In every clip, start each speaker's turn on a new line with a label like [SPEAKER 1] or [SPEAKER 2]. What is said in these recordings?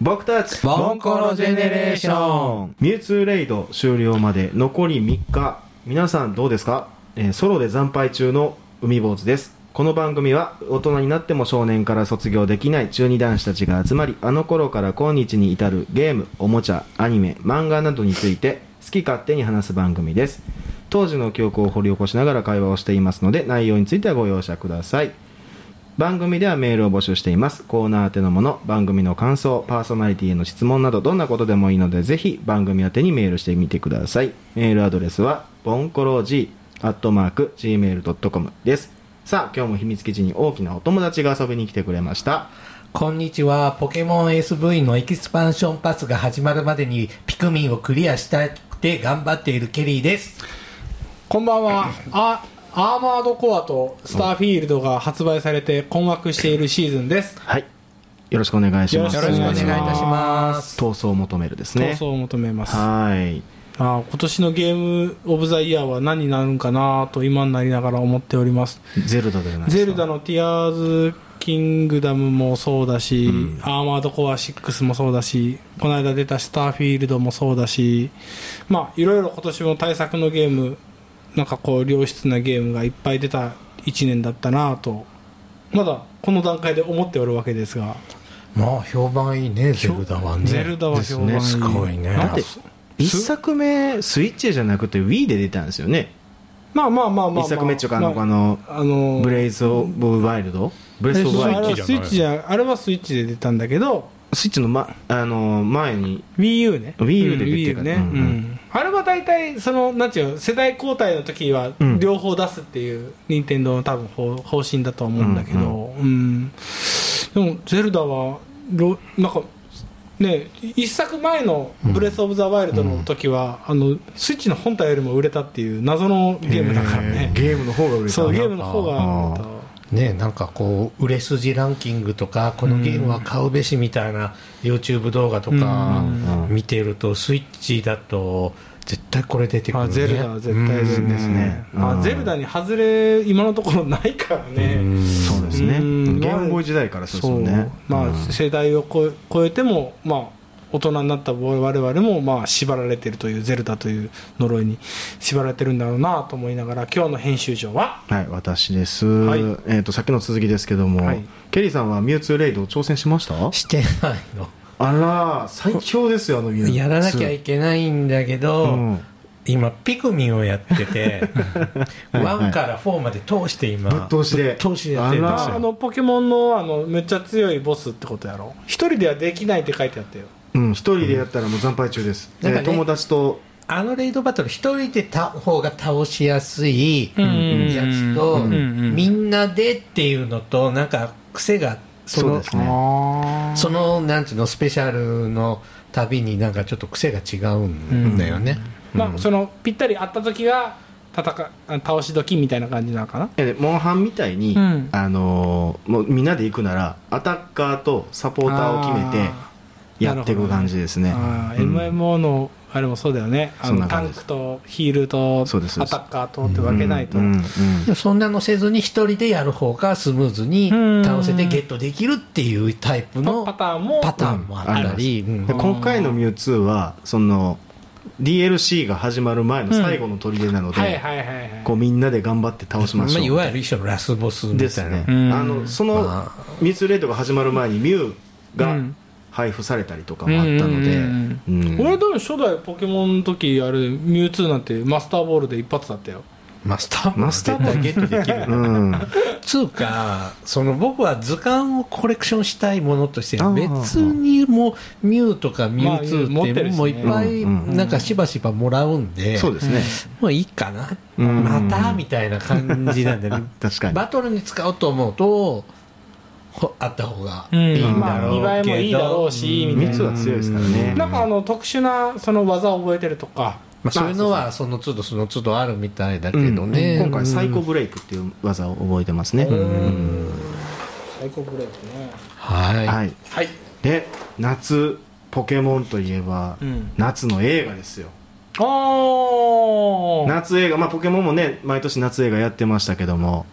[SPEAKER 1] 僕たち
[SPEAKER 2] ボンコロジェネレーション
[SPEAKER 1] ミュウツーレイド終了まで残り3日皆さんどうですか、えーソロで惨敗中の海坊主ですこの番組は大人になっても少年から卒業できない中二男子たちが集まりあの頃から今日に至るゲームおもちゃアニメ漫画などについて好き勝手に話す番組です当時の記憶を掘り起こしながら会話をしていますので内容についてはご容赦ください番組ではメールを募集していますコーナー宛てのもの番組の感想パーソナリティへの質問などどんなことでもいいのでぜひ番組宛てにメールしてみてくださいメールアドレスはボンコロジーアットマーク Gmail.com ですさあ今日も秘密基地に大きなお友達が遊びに来てくれました
[SPEAKER 2] こんにちは。ポケモン SV のエキスパンションパスが始まるまでにピクミンをクリアしたくて頑張っているケリーです。
[SPEAKER 3] こんばんは。あ、アーマードコアとスターフィールドが発売されて困惑しているシーズンです。
[SPEAKER 1] はいよろしくお願いします
[SPEAKER 3] よろしくお願いし
[SPEAKER 2] お願いいたします。
[SPEAKER 1] 闘争を求めるです
[SPEAKER 3] 闘
[SPEAKER 1] ね
[SPEAKER 3] 争を求めます。あ
[SPEAKER 1] はい
[SPEAKER 3] ー今年のゲームオブザイヤーは何になるんかなと今になりながら思っております。
[SPEAKER 1] ゼルダではないです
[SPEAKER 3] ゼルダのティアーズキングダムもそうだし、アーマードコア6もそうだし、この間出たスターフィールドもそうだし、まあ、いろいろ今年も対策のゲーム、なんかこう、良質なゲームがいっぱい出た1年だったなと、まだこの段階で思っておるわけですが、
[SPEAKER 2] まあ、評判いいね、ゼルダはね。
[SPEAKER 3] ゼルダは評判いい。
[SPEAKER 1] です
[SPEAKER 2] ごいね
[SPEAKER 1] だって
[SPEAKER 3] す
[SPEAKER 1] 一作目スイッチじゃなくて Wii で出たんですよね
[SPEAKER 3] まあまあまあまあ、まあ。
[SPEAKER 1] 一作目っていうかあの
[SPEAKER 3] ま
[SPEAKER 1] あの
[SPEAKER 3] あの
[SPEAKER 1] ブレイズ・オブ・ワイルドブレイ
[SPEAKER 3] え
[SPEAKER 1] ス・オブ・
[SPEAKER 3] そう
[SPEAKER 1] ワ
[SPEAKER 3] あ
[SPEAKER 1] イ
[SPEAKER 3] れ
[SPEAKER 1] ルド
[SPEAKER 3] はスイッチじゃ、あれはスイッチで出たんだけど、
[SPEAKER 1] スイッチの,、ま、あの前に
[SPEAKER 3] Wii U ね
[SPEAKER 1] Wii U で出て
[SPEAKER 3] う
[SPEAKER 1] た
[SPEAKER 3] ん Wii U ね、
[SPEAKER 1] う
[SPEAKER 3] うんんあれは大体そのなんていうの世代交代の時は
[SPEAKER 1] うん
[SPEAKER 3] 両方出すっていう任天堂の多分方方針だとは思うんだけど、うんでもゼルダはろなんかね一作前の「ブレス・オブ・ザ・ワイルド」の時は、あのスイッチの本体よりも売れたっていう謎のゲームだからね
[SPEAKER 1] ゲームの方が売れた
[SPEAKER 3] そうゲームの方が売れ
[SPEAKER 1] あ
[SPEAKER 3] た
[SPEAKER 2] ねなんかこう売れ筋ランキングとかこのゲームは買うべしみたいな YouTube 動画とか
[SPEAKER 1] うん
[SPEAKER 2] 見てるとスイッチだと絶対これ出てくる
[SPEAKER 3] あ
[SPEAKER 2] ね
[SPEAKER 3] ゼルダは絶対
[SPEAKER 2] うん
[SPEAKER 3] ですね、
[SPEAKER 1] うん
[SPEAKER 3] あゼルダに外れ今のところないからね、
[SPEAKER 1] そうですねゲ
[SPEAKER 3] うん
[SPEAKER 1] ームボーイ時代からそうですもんね
[SPEAKER 3] まあ、
[SPEAKER 1] うん
[SPEAKER 3] 世代を超え超えても、まあ、大人になった我々も、まあ、縛られてるというゼルダという呪いに縛られてるんだろうなと思いながら今日の編集長は
[SPEAKER 1] はい私です、
[SPEAKER 3] はい
[SPEAKER 1] えっ、とさっきの続きですけども、
[SPEAKER 3] はい
[SPEAKER 1] ケリーさんはミュウツーレイド挑戦しました
[SPEAKER 4] してないの
[SPEAKER 1] あら最強ですよあのミュウツー
[SPEAKER 4] やらなきゃいけないんだけど、
[SPEAKER 1] うん
[SPEAKER 4] 今ピクミンをやって て1から4まで通して今
[SPEAKER 1] ぶっ通しで
[SPEAKER 4] ぶっ通しでやってるんです
[SPEAKER 1] あら
[SPEAKER 3] あ
[SPEAKER 4] よ
[SPEAKER 3] のポケモンのあのめっちゃ強いボスってことやろ一人ではできないって書いてあったよ
[SPEAKER 1] うん一人でやったらもう惨敗中です、
[SPEAKER 4] うん
[SPEAKER 1] えー
[SPEAKER 4] なんかね
[SPEAKER 1] 友達と
[SPEAKER 4] あのレイドバトル一人でた方が倒しやすいやつと、
[SPEAKER 1] うん
[SPEAKER 3] うん
[SPEAKER 4] みんなでっていうのとなんか癖がそ
[SPEAKER 1] そう
[SPEAKER 4] の
[SPEAKER 1] ですね
[SPEAKER 3] あ
[SPEAKER 4] そのなんつうのスペシャルの度になんかちょっと癖が違うんだよね、
[SPEAKER 3] まあそのぴったり会った時が戦うあ倒し時みたいな感じなのかない
[SPEAKER 1] やでモンハンみたいに、
[SPEAKER 3] うん
[SPEAKER 1] あのーもうみんなで行くならアタッカーとサポーターを決め
[SPEAKER 3] あ
[SPEAKER 1] てやっていく感じですね
[SPEAKER 3] ああ
[SPEAKER 1] うん
[SPEAKER 3] MMO のあれもそうだよね、あ
[SPEAKER 1] そんな
[SPEAKER 3] のタ
[SPEAKER 1] 感じ
[SPEAKER 3] ン
[SPEAKER 1] です
[SPEAKER 3] クとヒールとアタ
[SPEAKER 1] そうですそうです
[SPEAKER 3] ッカーとって分けないと、
[SPEAKER 1] うんうん
[SPEAKER 4] でもそんなのせずに一人でやる方がスムーズに倒せてゲットできるっていうタイプの
[SPEAKER 3] パターンも
[SPEAKER 4] パターンもあったり、うん
[SPEAKER 1] で今回の「ミュウツーはその DLC が始まる前の最後の砦なので、
[SPEAKER 3] はいはいはいはい
[SPEAKER 1] こうみんなで頑張って倒しまし
[SPEAKER 4] まあ、い
[SPEAKER 1] ょう
[SPEAKER 4] わゆる一種のラスボスみたいな
[SPEAKER 1] ですね、
[SPEAKER 3] うん
[SPEAKER 1] あのその
[SPEAKER 4] ま
[SPEAKER 1] 「ミュウツーレイド」が始まる前にミュウ
[SPEAKER 3] う
[SPEAKER 1] が
[SPEAKER 3] ん
[SPEAKER 1] 配布されたりとかもあったので、
[SPEAKER 3] うん
[SPEAKER 1] うん
[SPEAKER 3] 俺多分初代ポケモンの時あれミュウツーなんてマスターボールで一発だったよ
[SPEAKER 4] マスター
[SPEAKER 1] マスターボール
[SPEAKER 4] ゲットでき
[SPEAKER 1] う
[SPEAKER 4] る
[SPEAKER 1] ん、
[SPEAKER 4] つうかその僕は図鑑をコレクションしたいものとして
[SPEAKER 1] あー
[SPEAKER 4] 別にもうミュウとかミュウツ
[SPEAKER 3] まあ
[SPEAKER 4] ー
[SPEAKER 3] 持
[SPEAKER 4] っ
[SPEAKER 3] って
[SPEAKER 4] て
[SPEAKER 3] るしね
[SPEAKER 4] もういっぱい
[SPEAKER 1] うんうん
[SPEAKER 4] なんかしばしばもらうんで
[SPEAKER 1] そうですね、
[SPEAKER 4] もういいかな
[SPEAKER 1] うん
[SPEAKER 4] またみたいな感じなんでね
[SPEAKER 1] 確かに
[SPEAKER 4] バトルに使おうと思うとほあった方がい
[SPEAKER 3] い
[SPEAKER 4] いんだ
[SPEAKER 3] まあ、見
[SPEAKER 4] ろ
[SPEAKER 3] 栄
[SPEAKER 4] うけど、
[SPEAKER 3] えもいいだろうし、み
[SPEAKER 1] ミュウ
[SPEAKER 3] たい
[SPEAKER 1] ツー
[SPEAKER 3] な
[SPEAKER 1] は強いですからね
[SPEAKER 3] なんかあの特殊なその技を覚えてるとか
[SPEAKER 4] まあ、そういうのはその都度その都度あるみたいだけどね、
[SPEAKER 1] 今回サイコブレイクっていう技を覚えてますね、うん
[SPEAKER 3] 最高ブレイクね
[SPEAKER 4] はい、
[SPEAKER 1] はい
[SPEAKER 3] はい
[SPEAKER 1] で夏ポケモンといえば、
[SPEAKER 3] うん
[SPEAKER 1] 夏の映画ですよ
[SPEAKER 3] おー
[SPEAKER 1] 夏映画まあポケモンもね毎年夏映画やってましたけども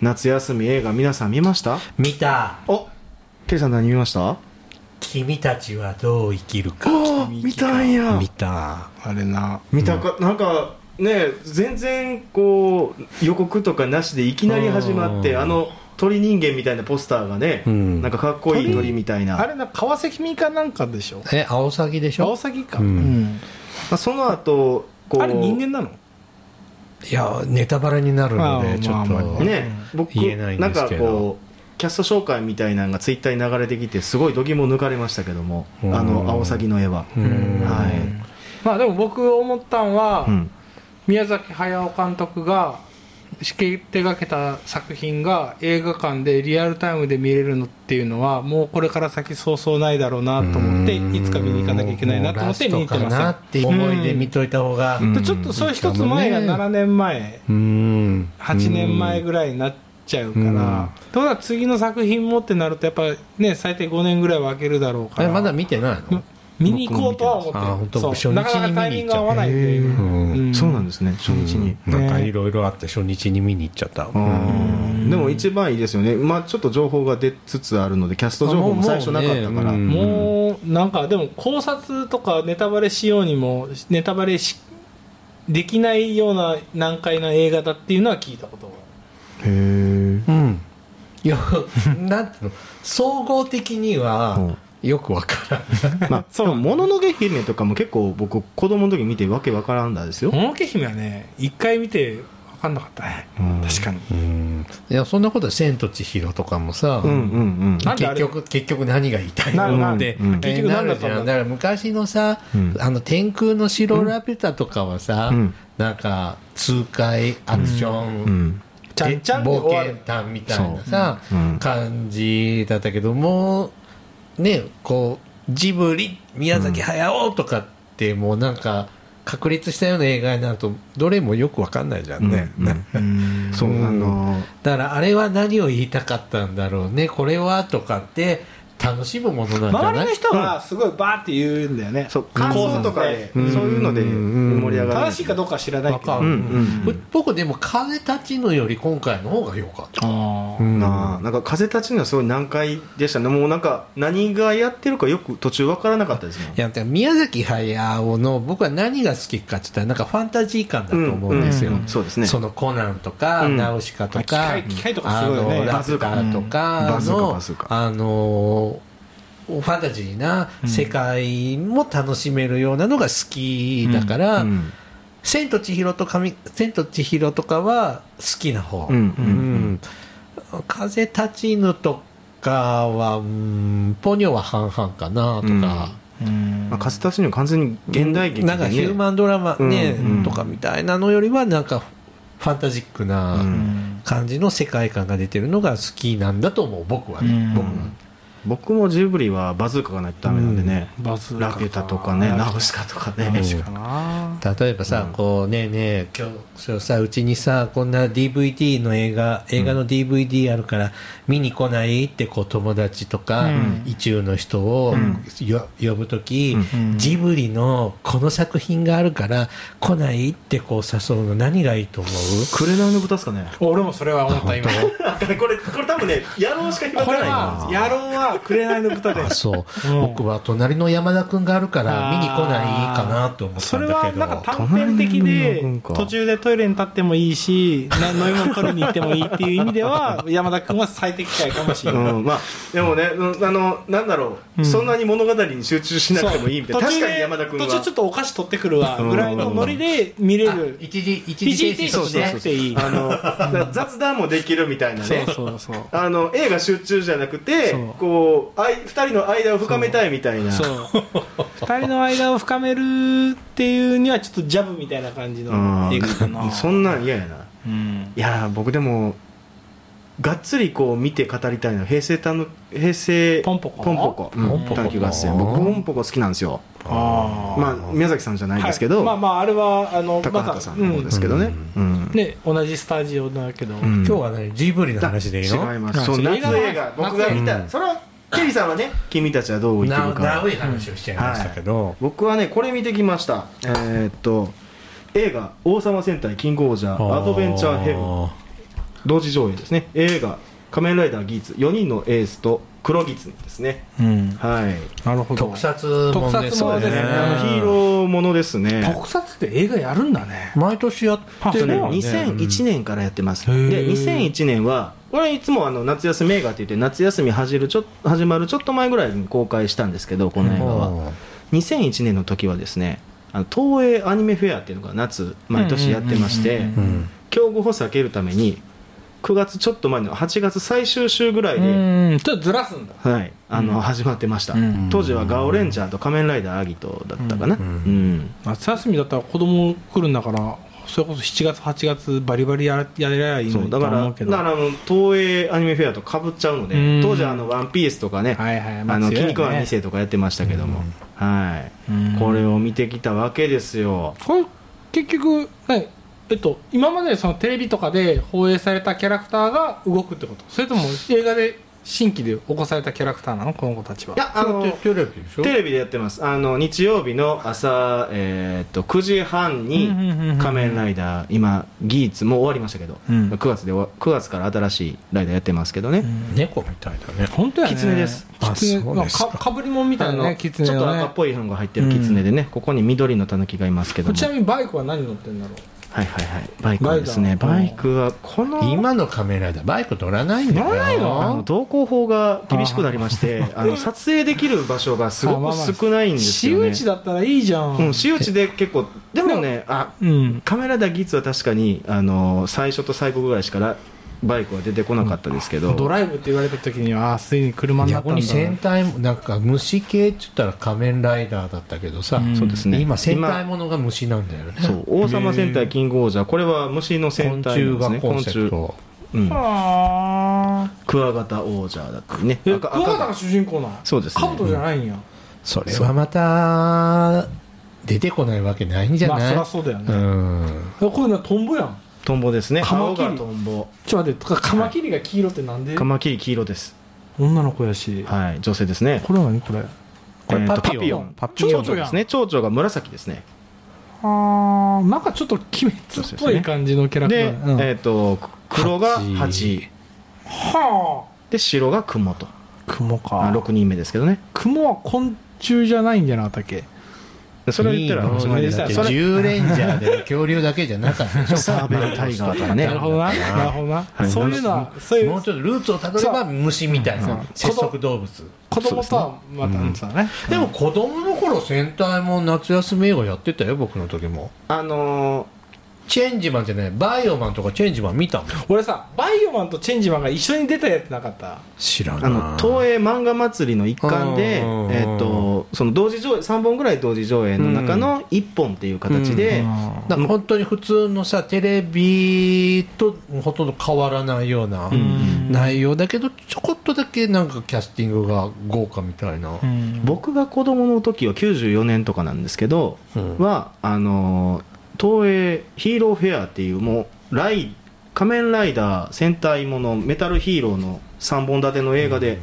[SPEAKER 1] 夏休み映画皆さん見ました
[SPEAKER 4] 見た
[SPEAKER 1] おケイさん何見ました
[SPEAKER 2] 君たちはどう生きるか
[SPEAKER 1] あ見たんや
[SPEAKER 2] 見た
[SPEAKER 3] あれな
[SPEAKER 1] 見たか、なんかね全然こう予告とかなしでいきなり始まって
[SPEAKER 2] うん
[SPEAKER 1] あの鳥人間みたいなポスターがね、
[SPEAKER 2] うん
[SPEAKER 1] なんかかっこいい鳥みたいな
[SPEAKER 3] あれな川崎美かなんかでしょ
[SPEAKER 4] えアオサギでし
[SPEAKER 3] アオ
[SPEAKER 4] ょ
[SPEAKER 3] サギか、
[SPEAKER 2] うん
[SPEAKER 1] まあその後こう
[SPEAKER 3] あれ人間なの
[SPEAKER 4] いやネタバレになるの
[SPEAKER 3] あ
[SPEAKER 4] で
[SPEAKER 3] ー
[SPEAKER 4] ちょっと、
[SPEAKER 3] まあまあ
[SPEAKER 1] ね僕
[SPEAKER 4] 言えないんですけど
[SPEAKER 1] なんかこうキャスト紹介みたいなのがツイッターに流れてきてすごい度肝抜かれましたけどもあ
[SPEAKER 4] うん
[SPEAKER 1] のアオサギの絵は、
[SPEAKER 4] うん
[SPEAKER 1] は
[SPEAKER 3] まあでも僕思ったんは、
[SPEAKER 1] い、うん
[SPEAKER 3] 宮崎駿監督が手がけた作品が映画館でリアルタイムで見れるのっていうのはもうこれから先そうそうないだろうなと思っていつか見に行かなきゃいけないなと思って見に行って
[SPEAKER 4] もうラストかな
[SPEAKER 3] ま
[SPEAKER 4] って思いで見といた方が、
[SPEAKER 1] うん
[SPEAKER 3] すでちょっとそれ一つ前が7年前
[SPEAKER 4] うん
[SPEAKER 3] 8年前ぐらいになっちゃうか
[SPEAKER 4] うん
[SPEAKER 3] らとは次の作品もってなるとやっぱね最低5年ぐらいは空けるだろうか
[SPEAKER 4] え
[SPEAKER 3] ら
[SPEAKER 4] まだ見てないの、
[SPEAKER 3] 見に行こうとは思
[SPEAKER 4] あ
[SPEAKER 3] っ
[SPEAKER 4] 本
[SPEAKER 3] て
[SPEAKER 4] 当
[SPEAKER 3] るそ
[SPEAKER 4] 初日
[SPEAKER 3] う
[SPEAKER 4] に
[SPEAKER 3] なかなかタイミングが合わないという
[SPEAKER 1] 見に行っちゃう
[SPEAKER 4] へー
[SPEAKER 1] そうなんですね初日に、
[SPEAKER 4] うんなんかいろいろあって初日に見に行っちゃった、
[SPEAKER 1] うんでも一番いいですよね、まあ、ちょっと情報が出つつあるのでキャスト情報も最初なかったから、
[SPEAKER 4] あもうもうね
[SPEAKER 3] もうなんかでも考察とかネタバレしようにもネタバレしできないような難解な映画だっていうのは聞いたことが
[SPEAKER 1] へえ
[SPEAKER 4] うんいや なんていうの総合的に
[SPEAKER 1] うん
[SPEAKER 4] はよくわからない
[SPEAKER 1] まあ、そうもののけ姫とかも結構僕子供の時見てわけわからんだですよ、
[SPEAKER 3] ものけ姫はね一回見て分かんなかったね
[SPEAKER 1] うん
[SPEAKER 3] 確かに
[SPEAKER 4] うんいやそんなことは「千と千尋」とかもさ、
[SPEAKER 1] うんうんうん
[SPEAKER 3] なんであ
[SPEAKER 4] 結
[SPEAKER 3] れ
[SPEAKER 4] 局結局何が言いたい
[SPEAKER 3] な
[SPEAKER 4] の
[SPEAKER 3] る な
[SPEAKER 4] っ
[SPEAKER 3] ん
[SPEAKER 4] て、
[SPEAKER 1] うん
[SPEAKER 4] えー
[SPEAKER 3] 結局
[SPEAKER 4] な
[SPEAKER 3] 何だ
[SPEAKER 4] る
[SPEAKER 3] っ
[SPEAKER 4] じ
[SPEAKER 3] たんだ
[SPEAKER 4] ゃんだから昔のさ、
[SPEAKER 1] うん
[SPEAKER 4] あの天空の城ラピュタとかはさ、
[SPEAKER 1] うん
[SPEAKER 4] なんか痛快アクション、
[SPEAKER 1] うん
[SPEAKER 3] ちゃんちゃんで
[SPEAKER 4] 冒
[SPEAKER 3] 終わ
[SPEAKER 4] 険
[SPEAKER 3] る
[SPEAKER 4] 探みたいなさ、
[SPEAKER 1] うんうん
[SPEAKER 4] 感じだったけどもねこうジブリ宮崎駿とかってもうなんか確立したような映画になるとどれもよくわかんないじゃんね、
[SPEAKER 1] うんうんそう
[SPEAKER 4] うん
[SPEAKER 1] あの
[SPEAKER 4] だからあれは何を言いたかったんだろうねこれはとかって楽しむものなんじゃ
[SPEAKER 3] 周
[SPEAKER 4] な
[SPEAKER 3] り
[SPEAKER 4] い
[SPEAKER 3] の人はすごいバーって言うんだよね
[SPEAKER 1] そう
[SPEAKER 3] 感
[SPEAKER 1] 感
[SPEAKER 3] 想
[SPEAKER 1] 想
[SPEAKER 3] と
[SPEAKER 1] と
[SPEAKER 3] か
[SPEAKER 1] か
[SPEAKER 3] で
[SPEAKER 1] そういうので
[SPEAKER 4] うん
[SPEAKER 1] 盛り上がる
[SPEAKER 3] 正しいかどうかは知らないけど
[SPEAKER 4] わ
[SPEAKER 3] あ
[SPEAKER 4] か
[SPEAKER 1] う
[SPEAKER 4] る
[SPEAKER 1] んうんうん
[SPEAKER 4] 僕でも風立ちぬより今回の方が良かった、
[SPEAKER 3] あ
[SPEAKER 1] なあなんか風立ちのはすごい難解でしたねもうなんか何がやってるかよく途中わからなかったですもん
[SPEAKER 4] いやだから宮崎駿の僕は何が好きかって言ったらなんかファンタジー感だと思うんですよ、
[SPEAKER 1] ううそうですね
[SPEAKER 4] そのコナンとか、
[SPEAKER 1] うん
[SPEAKER 4] ナウシカとか、
[SPEAKER 3] あ機械機械とかすごいよね
[SPEAKER 4] あの
[SPEAKER 3] バ
[SPEAKER 4] ラ
[SPEAKER 1] ズー
[SPEAKER 4] ズ
[SPEAKER 1] カ
[SPEAKER 4] カと
[SPEAKER 1] うんバ
[SPEAKER 4] か
[SPEAKER 1] ズーカ
[SPEAKER 4] の
[SPEAKER 1] バズー、カ
[SPEAKER 4] あのー、ファンタジーな世界も楽しめるようなのが好きだから、
[SPEAKER 1] うん
[SPEAKER 4] 千と千尋と神、千と千尋とかは好きな方。
[SPEAKER 1] うん
[SPEAKER 4] う
[SPEAKER 1] うん
[SPEAKER 4] ん風立ちぬとかは、うんポニョは半々かなとか。
[SPEAKER 3] うん
[SPEAKER 1] まあ、風立ちのは完全に現代劇で、ね、
[SPEAKER 4] なんかヒューマンドラマね、
[SPEAKER 1] うんうん
[SPEAKER 4] とかみたいなのよりはなんかファンタジックな
[SPEAKER 1] うん
[SPEAKER 4] 感じの世界観が出てるのが好きなんだと思う僕はね、
[SPEAKER 3] うん
[SPEAKER 4] 僕は
[SPEAKER 1] 僕もジブリはバズーカがないとダメなんでね、
[SPEAKER 3] バズーカ
[SPEAKER 1] ラピュタとかねナウシカとかね、
[SPEAKER 4] うん
[SPEAKER 3] かな
[SPEAKER 4] 例えばさ、こうねえねえ今日今日さうちにさこんな DVD の映画映画の DVD あるから見に来ないってこう友達とか、
[SPEAKER 3] うん
[SPEAKER 4] 意中の人をよ、呼ぶ時、
[SPEAKER 3] うん
[SPEAKER 4] ジブリのこの作品があるから来ないってこう誘うの何がいいと思う
[SPEAKER 1] 紅の豚ですかね
[SPEAKER 3] 俺もそれは思った 今
[SPEAKER 1] これこれ多分ね野郎しか引っ
[SPEAKER 3] これは野郎は紅の豚で
[SPEAKER 4] あ
[SPEAKER 3] す
[SPEAKER 4] そう、
[SPEAKER 3] うん
[SPEAKER 4] 僕は隣の山田君があるから見に来ないかなと思った
[SPEAKER 3] そ
[SPEAKER 4] ん
[SPEAKER 3] れ
[SPEAKER 4] だけ
[SPEAKER 3] は
[SPEAKER 4] ど
[SPEAKER 3] なんか短編的
[SPEAKER 1] 隣
[SPEAKER 3] で
[SPEAKER 1] の文化
[SPEAKER 3] 途中でトイレに立ってもいいしな飲み物取りに行ってもいいっていう意味では山田君は最適解かもしれない、
[SPEAKER 1] うんまあ、でもね、うんあの、なんだろう、そんなに物語に集中しなくてもいいみたいな、
[SPEAKER 3] 途
[SPEAKER 1] 確
[SPEAKER 3] 中
[SPEAKER 1] かに
[SPEAKER 3] で
[SPEAKER 1] 山田君
[SPEAKER 3] 途中ちょ
[SPEAKER 1] は
[SPEAKER 3] っとお菓子取ってくるわぐらいのノリで見れる
[SPEAKER 4] 一時一
[SPEAKER 3] 一
[SPEAKER 4] 時
[SPEAKER 3] 時停
[SPEAKER 4] 停止
[SPEAKER 3] 止しなくていい
[SPEAKER 1] あのだから雑談もできるみたいなね、
[SPEAKER 3] そうそうそう
[SPEAKER 1] あの映画集中じゃなくて
[SPEAKER 3] そう、
[SPEAKER 1] こうあい二人の間を深めたいみたいな、
[SPEAKER 3] そう二人の間を深めるっていうにはちょっとジャブみたいな感じの映画か
[SPEAKER 1] う
[SPEAKER 3] なん
[SPEAKER 1] そんなん嫌やな。
[SPEAKER 3] うん
[SPEAKER 1] いやー僕でもがっつりこう見て語りたいのは平成たの平成
[SPEAKER 3] ポンポコ
[SPEAKER 1] ポンポコうん
[SPEAKER 4] ポンポコ
[SPEAKER 1] 探求合戦僕ポンポコ好きなんですよ
[SPEAKER 3] あ
[SPEAKER 1] まあ宮崎さんじゃないですけど、
[SPEAKER 3] はいまあまああれはあの
[SPEAKER 1] 高
[SPEAKER 3] また
[SPEAKER 1] 畑さんの方ですけどね、
[SPEAKER 4] うん
[SPEAKER 1] うん
[SPEAKER 3] ね、同じスタジオだけど、
[SPEAKER 1] うん
[SPEAKER 4] 今日はねジブリの話でいいの
[SPEAKER 1] 違いま
[SPEAKER 3] あ
[SPEAKER 1] すそう
[SPEAKER 3] そう
[SPEAKER 1] 夏映
[SPEAKER 3] 映
[SPEAKER 1] 画
[SPEAKER 3] 画
[SPEAKER 1] 僕が見た、
[SPEAKER 4] うん
[SPEAKER 1] それはケリーさんはね「君たちはどう生き
[SPEAKER 4] な
[SPEAKER 1] るか
[SPEAKER 4] 長い話をしちゃいましたけど、」
[SPEAKER 1] 僕はねこれ見てきましたえーっと映画「王様戦隊キングオージャーアドベンチャーヘブン」同時上映ですね映画「仮面ライダーギーツ4人のエースと黒ギツネですね
[SPEAKER 3] うん
[SPEAKER 1] はい
[SPEAKER 3] なるほど
[SPEAKER 2] 特撮もんです
[SPEAKER 3] 特撮も
[SPEAKER 2] よ
[SPEAKER 3] んで
[SPEAKER 1] あ
[SPEAKER 3] すね
[SPEAKER 2] ね
[SPEAKER 1] のヒーローものですね
[SPEAKER 3] 特撮って映画やるんだね
[SPEAKER 4] 毎年やって
[SPEAKER 1] そう
[SPEAKER 4] る
[SPEAKER 1] ね
[SPEAKER 4] よね
[SPEAKER 1] 2001年からやってます、
[SPEAKER 3] へー
[SPEAKER 1] で2001年は俺いつもあの夏休み映画って言って夏休み始るちょ始まるちょっと前ぐらいに公開したんですけどこの映画は、2001年の時はですねあの東映アニメフェアっていうのが夏毎年やってまして、
[SPEAKER 3] うんうんうんうん
[SPEAKER 4] うん
[SPEAKER 1] 競合を避けるために9月ちょっと前の8月最終週ぐらいで、
[SPEAKER 3] うんちょっとずらすんだ
[SPEAKER 1] はい、あの始まってました、
[SPEAKER 3] うん
[SPEAKER 1] 当時はガオレンジャーと仮面ライダーアギトだったかな、う
[SPEAKER 4] うんん
[SPEAKER 3] 夏休みだったら子供来るんだからそれこそ7月8月バリバリややれりゃいい
[SPEAKER 1] そ
[SPEAKER 3] の
[SPEAKER 1] う
[SPEAKER 3] に
[SPEAKER 1] だ
[SPEAKER 3] と
[SPEAKER 1] か
[SPEAKER 3] 思
[SPEAKER 1] ら
[SPEAKER 3] うけ
[SPEAKER 1] だ
[SPEAKER 3] ど
[SPEAKER 1] からあの東映アニメフェアとかぶっちゃうので、
[SPEAKER 3] うん
[SPEAKER 1] 当時はあの「ワンピースとかね「
[SPEAKER 3] はいはいま
[SPEAKER 1] あの
[SPEAKER 3] 強い
[SPEAKER 1] 筋
[SPEAKER 3] よね
[SPEAKER 1] 肉マン2世」とかやってましたけども、はい、
[SPEAKER 3] うん
[SPEAKER 1] これを見てきたわけですよ
[SPEAKER 3] これ結局何えっと今までそのテレビとかで放映されたキャラクターが動くってことそれとも映画で新規で起こされたキャラクターなのこの子たちはい
[SPEAKER 1] やあの
[SPEAKER 4] テレビでしょ
[SPEAKER 1] テレビでやってますあの日曜日の朝、えーっと9時半に
[SPEAKER 3] うんうんうんうん
[SPEAKER 1] 「仮面ライダー」今ギーツもう終わりましたけど、
[SPEAKER 3] うん
[SPEAKER 1] 9月で終わ9月から新しいライダーやってますけどね、
[SPEAKER 4] 猫みたいだね
[SPEAKER 3] 本当やね
[SPEAKER 1] 狐です
[SPEAKER 4] あ
[SPEAKER 3] 狐
[SPEAKER 4] そうですか
[SPEAKER 3] かかぶりもんみたいな
[SPEAKER 1] あの
[SPEAKER 3] ね
[SPEAKER 1] ち
[SPEAKER 3] キ
[SPEAKER 1] ょっ
[SPEAKER 3] ツネ
[SPEAKER 1] と
[SPEAKER 3] の
[SPEAKER 1] 赤っ
[SPEAKER 3] ね
[SPEAKER 1] ぽいのが入ってるキツネでね、ここに緑のタヌキがいますけど
[SPEAKER 3] これ
[SPEAKER 1] も
[SPEAKER 3] ちなみにバイクは何乗ってんだろう
[SPEAKER 1] はいはいはいバイクはですね
[SPEAKER 3] バイクだ
[SPEAKER 1] バイクはこの
[SPEAKER 4] 今のカメラだバイク乗らないんだよ
[SPEAKER 3] 乗らない
[SPEAKER 1] あの動向法が厳しくなりましてあの撮影できる場所がす
[SPEAKER 3] あ
[SPEAKER 1] ご
[SPEAKER 3] まあまあ
[SPEAKER 1] く少ないんです
[SPEAKER 3] 私
[SPEAKER 1] よね
[SPEAKER 3] 有地だったらいいじゃん
[SPEAKER 1] うん、私有地で結構でもねあ
[SPEAKER 3] うん
[SPEAKER 1] カメラだ技術は確かにあの最初と最後ぐらいしからバイクは出てこなかったですけど、
[SPEAKER 3] ドライブって言われた時にはああついに車になった
[SPEAKER 4] 逆
[SPEAKER 3] んだ
[SPEAKER 4] に戦隊もなんか虫系って言ったら仮面ライダーだったけどさ、
[SPEAKER 3] うんそうです
[SPEAKER 1] ね
[SPEAKER 4] 今戦隊ものが虫なんだよね
[SPEAKER 1] そう王様戦隊キングオージャーこれは虫の
[SPEAKER 4] 昆
[SPEAKER 1] 戦隊
[SPEAKER 4] 虫
[SPEAKER 1] なん
[SPEAKER 4] が
[SPEAKER 1] ですね
[SPEAKER 4] コンセプト
[SPEAKER 1] うん、
[SPEAKER 3] あ
[SPEAKER 1] クワガタ王者だったりね
[SPEAKER 3] ーえ
[SPEAKER 1] 赤
[SPEAKER 3] クワガタ
[SPEAKER 1] 赤
[SPEAKER 3] が主人公なん
[SPEAKER 1] そうですね
[SPEAKER 3] カブトじゃないんや
[SPEAKER 4] それはまた出てこないわけないんじゃ
[SPEAKER 3] まあ
[SPEAKER 4] な
[SPEAKER 3] そ
[SPEAKER 4] い、
[SPEAKER 3] りゃそうだよね
[SPEAKER 4] うん
[SPEAKER 3] こういうのはトンボやん
[SPEAKER 1] トンボですね
[SPEAKER 3] カマキリ
[SPEAKER 1] 青がトンボ
[SPEAKER 3] ちょっと待ってかカマキリが黄色ってなんで
[SPEAKER 1] カマキリ黄色です
[SPEAKER 3] 女の子やし
[SPEAKER 1] はい女性ですね
[SPEAKER 3] これは何これあ
[SPEAKER 4] これ
[SPEAKER 1] えーと
[SPEAKER 4] パピオン
[SPEAKER 1] パ
[SPEAKER 3] パ
[SPEAKER 1] ピオ
[SPEAKER 3] ピ
[SPEAKER 1] ン
[SPEAKER 3] オン
[SPEAKER 1] 蝶々ですね蝶々が紫ですね
[SPEAKER 3] ーなんかちょっと鬼滅っぽい感じのキャラクタ
[SPEAKER 1] で、
[SPEAKER 3] ーうん
[SPEAKER 1] えっ、と黒が
[SPEAKER 4] 蜂
[SPEAKER 1] 8
[SPEAKER 3] は
[SPEAKER 1] で白が雲と
[SPEAKER 3] あ雲
[SPEAKER 1] あ
[SPEAKER 3] か
[SPEAKER 1] 6人目ですけどね
[SPEAKER 3] 雲は昆虫じゃないんじゃなかったっけ
[SPEAKER 1] それを言ったら
[SPEAKER 4] いい
[SPEAKER 1] おしまいです
[SPEAKER 4] だって
[SPEAKER 1] それ
[SPEAKER 4] 10レンジャーで恐竜だけじゃなかったで しょ
[SPEAKER 1] サーベルタイガーとかね
[SPEAKER 3] なるほどななるほどな、
[SPEAKER 1] い
[SPEAKER 3] そういうのはそういう
[SPEAKER 4] もうちょっとルーツをたどれば虫みたい
[SPEAKER 3] そう
[SPEAKER 4] な接触動物
[SPEAKER 3] 子供とはまたさね
[SPEAKER 4] でも子供の頃戦隊も夏休み映画やってたよ僕の時も
[SPEAKER 1] あの
[SPEAKER 4] チェンジマンじゃないバイオマンとかチェンジマン見たもん
[SPEAKER 3] 俺さバイオマンとチェンジマンが一緒に出たやつなかった
[SPEAKER 4] 知ら
[SPEAKER 1] ーあの東
[SPEAKER 4] 映
[SPEAKER 1] 映漫画祭りの一環で、
[SPEAKER 4] うん
[SPEAKER 1] えっとその同時上映3本ぐらい同時上映の中の1本っていう形で、
[SPEAKER 4] だから本当に普通のさテレビとほとんど変わらないような内容だけどちょこっとだけなんかキャスティングが豪華みたいな、
[SPEAKER 3] うん
[SPEAKER 1] 僕が子供の時は94年とかなんですけど、
[SPEAKER 4] うん
[SPEAKER 1] はあのー東映ヒーローフェアっていうもうライ仮面ライダー戦隊ものメタルヒーローの3本立ての映画で